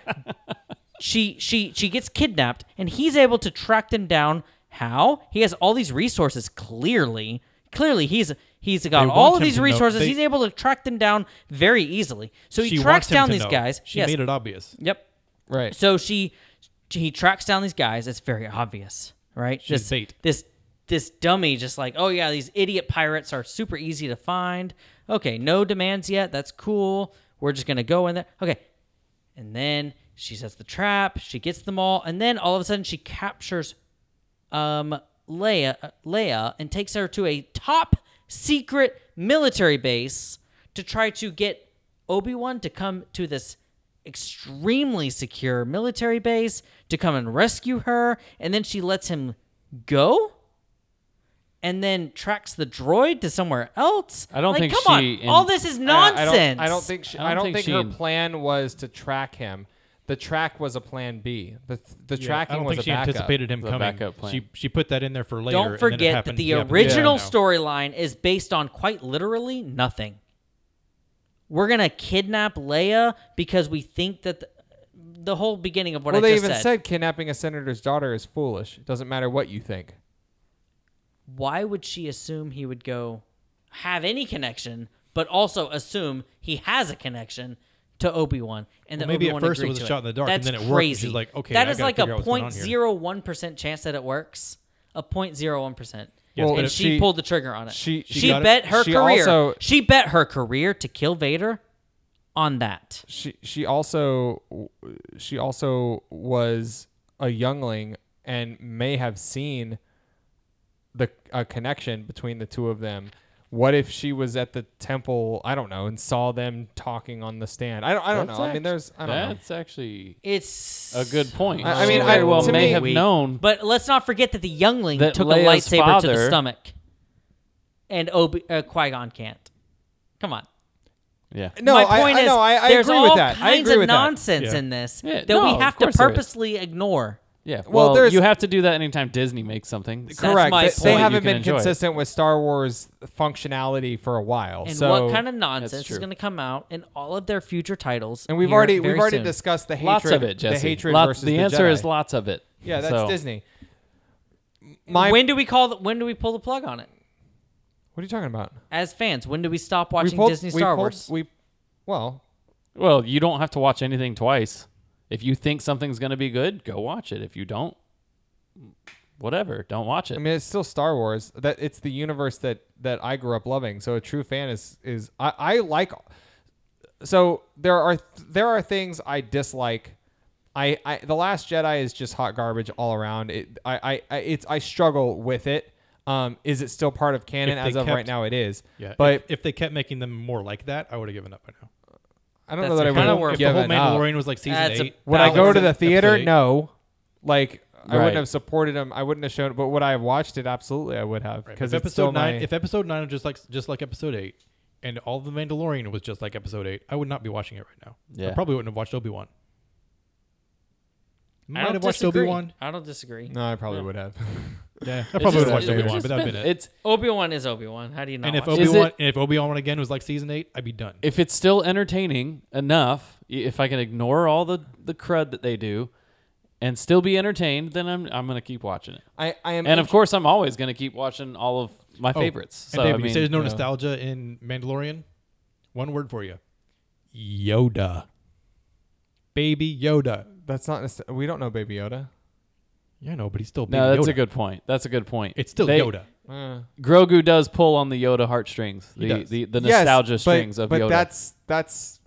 S3: She she she gets kidnapped, and he's able to track them down. How? He has all these resources. Clearly, clearly he's. He's got
S2: They
S3: all
S2: want
S3: of
S2: him
S3: these
S2: to know.
S3: resources.
S2: They-
S3: he's able to track them down very easily. So he
S2: she
S3: tracks
S2: wants him
S3: down
S2: to
S3: these
S2: know.
S3: guys.
S2: She
S3: yes.
S2: made it obvious.
S3: Yep.
S1: Right.
S3: So she, he tracks down these guys. It's very obvious, right?
S2: She's
S3: this,
S2: bait.
S3: This this dummy just like, oh yeah, these idiot pirates are super easy to find. Okay, no demands yet. That's cool. We're just gonna go in there. Okay, and then she sets the trap. She gets them all, and then all of a sudden she captures, um, Leia, uh, Leia, and takes her to a top secret military base to try to get Obi Wan to come to this extremely secure military base to come and rescue her, and then she lets him go. And then tracks the droid to somewhere else.
S4: I don't
S3: Like,
S4: think
S3: come
S4: she
S3: on.
S4: in-
S3: All this is
S1: I-
S3: nonsense.
S1: I don't, I don't think she, I don't think,
S4: she-
S1: her plan was to track him. The track was a plan B. The the
S2: Yeah,
S1: tracking
S2: I don't
S1: was
S2: think
S1: a
S2: she
S1: backup.
S2: anticipated him
S4: The
S2: coming.
S4: backup plan.
S2: She she put that in there for later.
S3: Don't
S2: and then it
S3: forget that
S2: happened-
S3: the
S2: yeah, but-
S3: original
S2: yeah.
S3: storyline is based on quite literally nothing. We're gonna kidnap Leia because we think that the, the whole beginning of what
S1: well,
S3: I
S1: they
S3: just
S1: even
S3: said,
S1: said. kidnapping a senator's daughter is foolish. It doesn't matter what you think.
S3: Why would she assume he would go have any connection, but also assume he has a connection? To Obi Wan, and
S2: Well,
S3: that
S2: maybe at
S3: Obi-Wan
S2: first it
S3: agreed
S2: was a
S3: to
S2: shot in the dark, and
S3: That's
S2: then it worked, and
S3: crazy.
S2: she's like, okay,
S3: that
S2: I
S3: is
S2: gotta
S3: like
S2: figure
S3: a
S2: out what's going on
S3: point
S2: here.
S3: zero one percent chance that it works. A point zero one percent.
S1: Yes, but
S3: and
S1: if
S3: she,
S1: she-
S3: pulled the trigger on it.
S1: she-
S3: she,
S1: she
S2: got it.
S3: bet her
S1: She
S3: career.
S1: also-
S3: she bet her career to kill Vader on that.
S1: She she also she also was a youngling and may have seen the a connection between the two of them. What if she was at the temple? I don't know, and saw them talking on the stand. I don't. I don't
S4: That's
S1: know. I
S4: act-
S1: mean, there's. I don't know.
S4: That's actually
S3: It's
S4: a good point.
S1: I- I mean,
S4: She
S1: I-
S4: very well
S1: to
S4: may
S1: me-
S4: have
S1: Weak.
S4: known.
S3: But let's not forget that the youngling
S4: That
S3: took
S4: Leia's
S3: a lightsaber to the
S4: father-
S3: stomach, and Obi uh, Qui Gon can't. Come on.
S4: yeah.
S1: No,
S3: My
S1: I-
S3: point
S1: I,
S3: is,
S1: no, I, I
S3: there's
S1: agree
S3: all
S1: with that. I
S3: kinds
S1: agree
S3: of
S1: with that.
S3: nonsense
S2: Yeah.
S3: in this
S4: Yeah,
S3: that
S4: no,
S3: we
S4: of
S3: have to
S4: course there is.
S3: purposely ignore.
S4: Yeah.
S1: Well,
S4: Well,
S1: there's-
S4: you have to do that anytime Disney makes something.
S3: That's
S1: Correct.
S3: my
S1: They-
S3: point.
S1: they
S3: You
S1: haven't
S4: can
S1: been
S4: enjoy it.
S1: consistent with Star Wars functionality for a while.
S3: And
S1: so,
S3: what kind of nonsense is
S4: true.
S3: going to come out in all of their future titles?
S1: And we've
S3: here
S1: already
S3: very
S1: we've already
S3: soon?
S1: discussed the hatred.
S4: lots of it, Jesse.
S1: The hatred
S4: Lots-
S1: versus
S4: the,
S1: the,
S4: answer
S1: Jedi.
S4: is lots of it.
S1: Yeah, that's
S4: So-
S1: Disney. My
S3: when do we call? The, when do we pull the plug on it?
S1: what are you talking about?
S3: As fans, when do we stop watching Disney
S1: we
S3: Star
S1: pulled-
S3: Wars?
S1: We well,
S4: Well, you don't have to watch anything twice. If you think something's going to be good, go watch it. If you don't, whatever, don't watch it.
S1: I mean, it's still Star Wars. That it's the universe that that I grew up loving. So a true fan is is I, I like. So there are there are things I dislike. I, I the Last Jedi is just hot garbage all around. It I, I, I it's I struggle with it. Um, is it still part of canon
S2: If they
S1: as of
S2: kept-
S1: right now? It is.
S2: Yeah,
S1: but
S2: if, if they kept making them more like that, I would have given up by now.
S1: I don't
S3: That's
S1: know that I
S3: kinda where-
S1: would
S2: If
S1: have
S2: the whole
S1: given up.
S2: Mandalorian was like season
S3: That's a-
S2: eight,
S1: Would
S2: that
S1: I go
S2: was
S1: to
S2: it,
S1: the
S2: episode
S1: theater?
S2: eight.
S1: No. Like I
S4: Right.
S1: wouldn't have supported him. I wouldn't have shown it. But would I have watched it? Absolutely, I would have.
S2: Right,
S1: Because
S2: if
S1: it's still
S2: episode nine,
S1: my.
S2: if episode nine was just like just like episode eight, and all the Mandalorian was just like episode eight, I would not be watching it right now. I
S4: Yeah.
S2: probably wouldn't have watched Obi Wan.
S3: I
S2: Might
S3: don't
S2: have watched
S3: disagree.
S2: Obi Wan.
S3: I don't disagree.
S1: no, I probably would have.
S2: Yeah, I probably would
S4: It's
S2: have watched
S4: just-
S2: Obi
S4: it's
S2: Wan,
S4: just
S2: but that'd
S4: been-
S2: been it.
S4: It's
S3: Obi Wan is Obi Wan. How do you not?
S2: And if
S3: watch
S4: Is
S2: Obi
S4: it-
S2: Wan, if Obi Wan again was like season eight, I'd be done.
S4: if it's still entertaining enough, i- if I can ignore all the the crud that they do and still be entertained, then I'm I'm going to keep watching it.
S1: I, I am.
S4: And of course, I'm always going to keep watching all of my favorites.
S2: Oh,
S4: So
S2: and David,
S4: I mean,
S2: you say there's no
S4: you know.
S2: nostalgia in Mandalorian. One word for you, Yoda. Baby Yoda.
S1: that's not. necess- We don't know Baby Yoda.
S2: Yeah, no, but he's still baby
S4: No, that's
S2: Yoda.
S4: a good point. That's a good point.
S2: It's still
S4: They-
S2: Yoda.
S1: Uh,
S4: Grogu does pull on the Yoda heartstrings, the
S2: does.
S4: the, the
S1: yes,
S4: nostalgia
S1: but-
S4: strings of
S1: but
S4: Yoda.
S1: that's that's.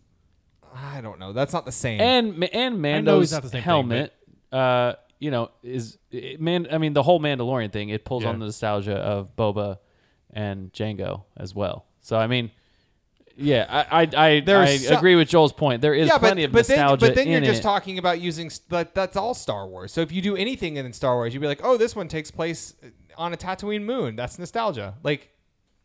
S1: I don't know. That's not the same.
S4: and Ma- and
S2: I know
S4: Mando's
S2: he's not the same thing,
S4: helmet, uh, you know, is it, man. I mean, the whole Mandalorian thing it pulls
S2: Yeah.
S4: on the nostalgia of Boba and Django as well. So I mean, yeah, I I, I,
S1: There's
S4: I
S1: so-
S4: agree with Joel's point. There is
S1: yeah, but,
S4: plenty of
S1: but then,
S4: nostalgia
S1: but then you're
S4: in
S1: just
S4: it.
S1: talking about using s- that. That's all Star Wars. So if you do anything in Star Wars, you'd be like, "Oh, this one takes place uh, on a Tatooine moon. That's nostalgia." Like,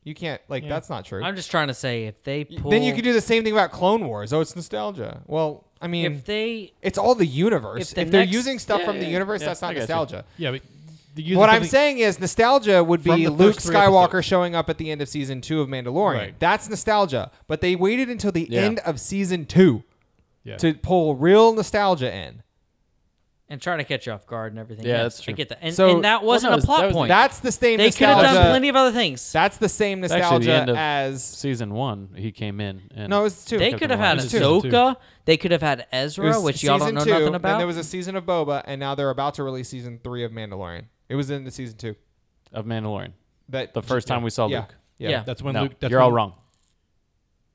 S1: you can't. Like, that's not true.
S3: I'm just trying to say if they pull,
S1: Then you could do the same thing about Clone Wars. Oh, it's nostalgia. Well, I mean,
S3: if they
S1: it's all the universe.
S3: if
S1: If,
S3: the
S1: they're
S3: next-
S1: using stuff from the universe,
S4: yeah,
S1: that's
S4: I
S1: not
S4: got you.
S1: nostalgia.
S2: Yeah, but using
S1: what I'm
S2: something-
S1: saying is nostalgia would
S2: From
S1: be
S2: the
S1: Luke
S2: first three
S1: Skywalker
S2: episodes.
S1: showing up at the end of season two of Mandalorian.
S2: Right.
S1: That's nostalgia. But they waited until the
S4: Yeah.
S1: end of season two
S2: Yeah.
S1: to pull real nostalgia in.
S3: and trying to catch you off guard and everything.
S4: Yeah,
S3: else.
S4: that's
S3: I
S4: true.
S3: get that. And,
S1: So-
S3: and that wasn't
S4: that was-
S3: a plot
S4: that was-
S3: point.
S1: That's the same
S3: they could have
S1: nostalgia.
S3: done plenty of other things.
S1: That's the same
S4: the
S1: nostalgia
S4: end of-
S1: as
S4: Season one, he came in. And
S1: no, it's two.
S3: they
S4: Captain
S3: could have had
S4: Marvel.
S2: This is season two.
S3: Ahsoka. They could have had
S1: It
S3: Ezra,
S1: was
S3: which y'all don't
S1: season
S3: know
S1: two,
S3: nothing
S1: Then
S3: about.
S1: there was a season of Boba, and now they're about to release season three of Mandalorian. It was in the season two.
S4: of Mandalorian.
S1: That
S4: The first time we saw
S1: yeah,
S4: Luke.
S1: Yeah.
S3: Yeah.
S2: That's when
S4: no,
S2: Luke. That's
S4: you're
S2: when,
S4: all wrong.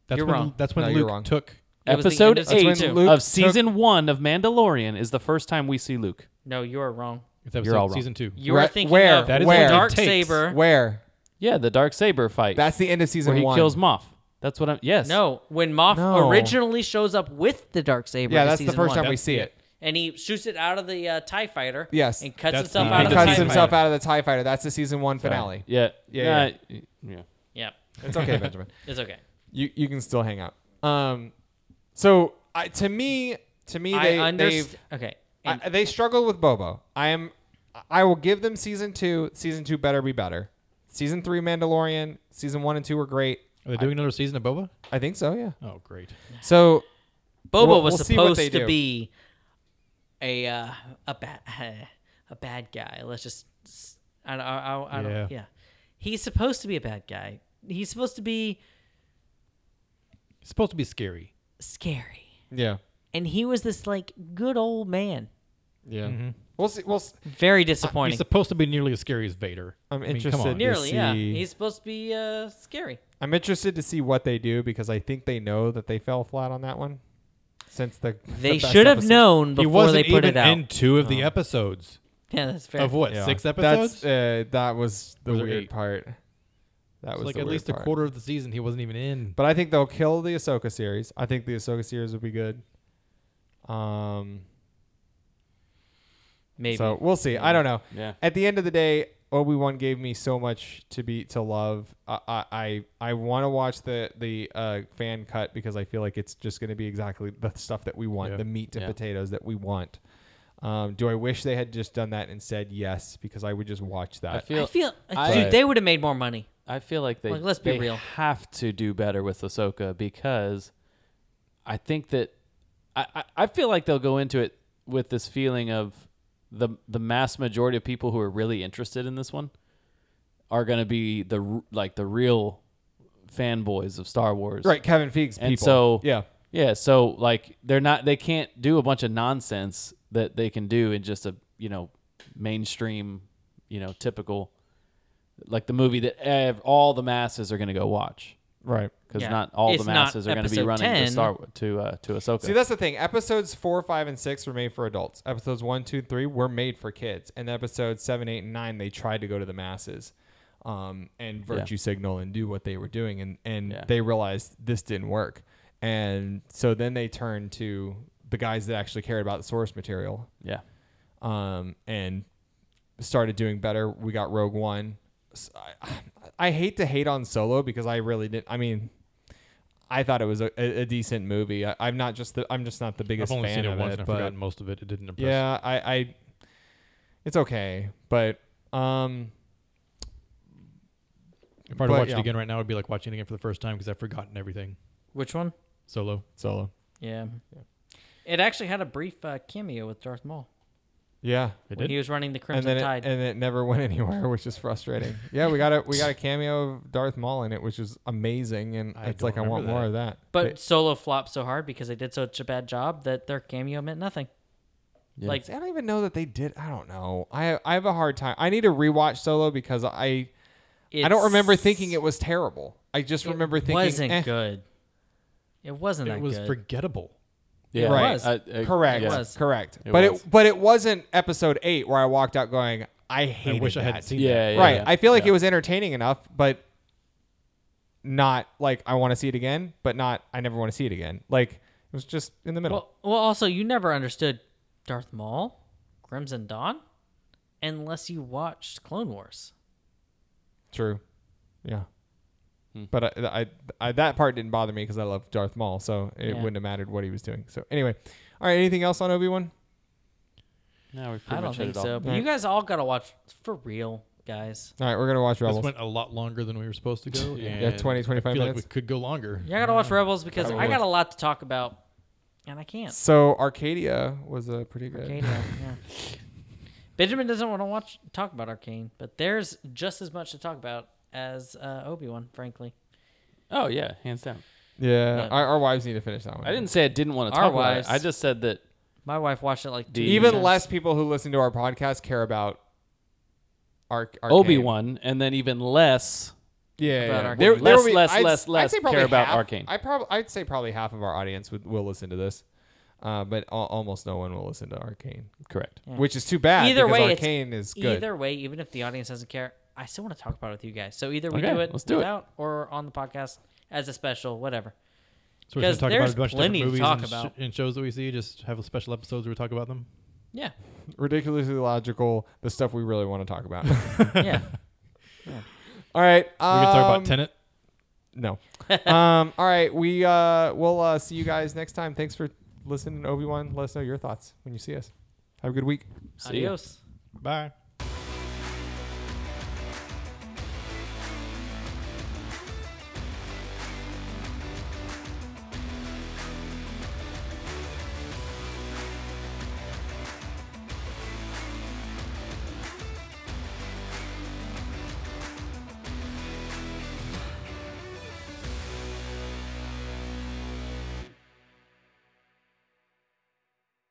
S2: That's
S3: You're
S2: when,
S3: wrong.
S2: That's when
S1: No, you're
S2: Luke
S1: wrong.
S2: took.
S3: It was the
S4: Episode
S3: end of
S1: That's when
S3: season two.
S1: Luke
S4: of
S1: took-
S4: season one of Mandalorian is the first time we see Luke.
S3: no, you are wrong.
S2: It's episode,
S4: You're all wrong.
S2: season two.
S3: You
S1: Where-
S3: are thinking
S1: where-
S3: of
S1: That is where-
S3: dark
S2: takes.
S3: saber.
S1: Where?
S4: Yeah, the dark saber fight
S1: That's the end of season
S4: where he
S1: one.
S4: kills Moff. That's what I'm. Yes.
S3: No, when Moff
S1: No.
S3: originally shows up with the dark saber.
S1: yeah,
S3: in
S1: that's the
S3: season
S1: first
S3: one.
S1: time we
S2: That's
S1: see
S2: it.
S1: it.
S3: and he shoots it out of the uh, Tie Fighter.
S1: Yes.
S3: and cuts
S2: That's
S3: himself
S2: the
S3: out
S2: end
S3: of
S1: He
S3: the
S2: of
S3: Tie
S1: cuts
S2: season
S1: himself
S3: Fighter.
S1: out of the Tie Fighter. That's the season one finale.
S4: Yeah.
S1: Yeah,
S4: nah, y- yeah.
S3: Yep,
S1: It's okay, Benjamin.
S3: it's okay.
S1: You you can still hang out. Um, so I, to me, to me, they
S3: I
S1: they've
S3: understand. Okay, and
S1: I, they struggled with Bobo. I am. I will give them season two. Season two better be better. Season three, Mandalorian. Season one and two were great.
S2: Are they doing another season of Boba?
S1: I think so. Yeah.
S2: Oh, great.
S1: So
S3: Boba
S1: we'll-
S3: was
S1: we'll see what
S3: supposed
S1: they
S3: to
S1: do.
S3: be a uh, a bad a bad guy. Let's just I, don't- I, I, I don't
S2: Yeah.
S3: yeah. He's supposed to be a bad guy. He's supposed to be
S2: It's supposed to be scary.
S3: scary,
S1: yeah,
S3: and he was this like good old man.
S1: yeah. We'll see. We'll. s
S3: Very
S2: Mm-hmm. He's
S3: disappointing.
S2: supposed to be nearly as scary as Vader.
S1: I'm
S2: I mean, come
S1: interested
S2: on.
S1: to
S3: Nearly, yeah.
S1: see-
S3: He's supposed to be uh, scary.
S1: I'm interested to see what they do because I think they know that they fell flat on that one. Since the
S3: They
S1: the best
S3: should have
S1: episode-
S3: known
S2: He
S3: before
S2: wasn't
S3: they put
S2: even
S3: it out.
S2: in two of
S1: Uh-huh.
S2: the episodes
S3: yeah, that's fair.
S2: of what
S1: Yeah.
S2: six
S1: That's,
S2: episodes.
S1: uh, that was the
S2: Or was it
S1: weird
S2: eight?
S1: part. That was
S2: like
S1: the
S2: at
S1: weird
S2: least a
S1: part.
S2: quarter of the season he wasn't even in.
S1: But I think they'll kill the Ahsoka series. I think the Ahsoka series will be good. Um,
S3: Maybe.
S1: so we'll see. I don't know.
S4: Yeah.
S1: At the end of the day, Obi Wan gave me so much to be to love. I I I, I want to watch the the uh, fan cut because I feel like it's just going to be exactly the stuff that we want,
S2: Yeah.
S1: the meat to
S4: Yeah.
S1: potatoes that we want. Um, do I wish they had just done that and said yes because I would just watch that.
S4: I feel.
S3: I feel,
S4: I-
S3: dude, they would have made more money.
S4: I feel like they
S3: Like, let's be
S4: they
S3: real.
S4: have to do better with Ahsoka because I think that I, I, I feel like they'll go into it with this feeling of the the mass majority of people who are really interested in this one are going to be the r- like the real fanboys of Star Wars.
S1: right, Kevin Feig's people.
S4: And so
S1: yeah,
S4: Yeah, so like they're not they can't do a bunch of nonsense that they can do in just a, you know, mainstream, you know, typical like the movie that ev- all the masses are going to go watch
S1: right.
S4: cuz
S3: Yeah.
S4: not all
S3: It's
S4: the
S3: not
S4: masses are going to be
S3: episode
S4: running
S3: 10.
S4: to Star to uh, to Ahsoka.
S1: See, that's the thing. Episodes four, five, and six were made for adults. Episodes one, two, three were made for kids, and episodes seven, eight, and nine they tried to go to the masses, um, and virtue signal and do what they were doing, and and
S4: Yeah.
S1: they realized this didn't work, and so then they turned to the guys that actually cared about the source material,
S4: yeah.
S1: um, and started doing better. We got Rogue One. S- I, I hate to hate on Solo because I really didn't. I mean, I thought it was a, a a decent movie. I, I'm not just the I'm just not the biggest
S2: I've only
S1: fan
S2: seen it
S1: of
S2: once
S1: it.
S2: and I've
S1: But
S2: forgotten most of it. It didn't impress. me.
S1: yeah, I, I it's okay, but um,
S2: If I were to
S1: But,
S2: watch
S1: yeah.
S2: it again right now, it'd be like watching it again for the first time because I've forgotten everything.
S3: Which one?
S2: Solo.
S1: Solo.
S3: Yeah. It actually had a brief uh, cameo with Darth Maul
S1: Yeah.
S2: It
S3: when
S2: did.
S3: he was running the
S1: And
S3: Crimson
S1: then it,
S3: Tide.
S1: and it never went anywhere, which is frustrating. Yeah, we got a we got a cameo of Darth Maul in it, which is amazing, and
S2: I
S1: it's like I
S2: don't
S1: want
S2: remember
S1: more
S2: that.
S1: of that.
S3: but Solo flopped so hard because they did such a bad job that their cameo meant nothing. Like
S1: See, I don't even know that they did. I don't know. I I have a hard time. I need to rewatch Solo because I I don't remember
S3: it's-
S1: thinking it was terrible. I just
S3: it
S1: remember thinking
S3: wasn't
S1: eh,
S3: good. It wasn't
S2: It
S3: that
S2: was
S3: good.
S2: forgettable.
S4: Yeah.
S1: Right.
S3: was.
S4: I-
S1: correct,
S4: yeah.
S3: was.
S1: correct.
S4: It
S1: but
S4: was.
S1: it but it wasn't episode eight where I walked out going I hated.
S2: I wish I
S1: that.
S2: hadn't seen
S4: Yeah,
S2: that.
S4: yeah,
S1: right.
S4: yeah.
S1: I feel like
S4: Yeah.
S1: it was entertaining enough, but not like I want to see it again. But not I never want to see it again. Like it was just in the middle.
S3: well, well, also, you never understood Darth Maul, Crimson Dawn, unless you watched Clone Wars.
S1: True. Yeah.
S3: Hmm.
S1: But I, I, I, that part didn't bother me because I love Darth Maul, so it
S3: Yeah.
S1: wouldn't have mattered what he was doing. So anyway, all right. Anything else on Obi Wan?
S4: No, we pretty
S3: I don't
S4: much hit
S3: think
S4: it all.
S3: so. But you guys all gotta watch for real, guys.
S1: All right, we're gonna watch
S2: This
S1: Rebels.
S2: went a lot longer than we were supposed to go.
S1: Yeah, 20, 25
S2: I feel
S1: minutes.
S2: like we could go longer.
S3: You all gotta watch Rebels because I
S1: Probably.
S3: got a lot to talk about, and I can't.
S1: So Arcadia was a pretty good.
S3: Arcane, yeah. Benjamin doesn't want to watch talk about Arcane, but there's just as much to talk about as uh, Obi Wan, frankly.
S4: Oh yeah, hands down.
S1: Yeah,
S3: Yeah.
S1: Our, our wives need to finish that one.
S4: I didn't say I didn't want to
S3: Our
S4: talk about it.
S3: wives.
S4: I just said that
S3: My wife watched it like two
S4: The-
S1: Even
S3: times.
S1: less people who listen to our podcast care about Arc.
S4: Obi Wan, and then even less.
S1: Yeah,
S3: About
S1: yeah.
S3: Arcane.
S1: There, there
S4: Less,
S1: will be,
S4: less,
S1: I'd,
S4: less,
S1: I'd
S4: less
S1: say probably
S4: care about
S1: half-
S4: Arcane.
S1: I probably, I'd say probably half of our audience would, will listen to this, uh, but al- almost no one will listen to Arcane,
S4: Correct.
S3: Yeah.
S1: which is too bad.
S3: Either
S1: because
S3: way, it's
S1: Arcane is good.
S3: Either way, even if the audience doesn't care, I still want to talk about it with you guys. So either we
S4: Okay,
S3: do it
S4: let's do it.
S3: without or on the podcast as a special, whatever.
S2: So we're going
S3: Because
S2: to talk about
S3: there's
S2: a bunch of
S3: plenty
S2: different movies
S3: to talk
S2: and, sh-
S3: about.
S2: and shows that we see. Just have special episodes where we talk about them.
S3: Yeah,
S1: Ridiculously logical. The stuff we really want to talk about.
S3: yeah.
S1: All right.
S2: We
S1: Um,
S2: can talk about Tenet.
S1: No. um, all right. We uh, we'll uh, see you guys next time. Thanks for listening, Obi Wan. Let us know your thoughts when you see us. Have a good week.
S4: See ya.
S3: Adios.
S2: Bye.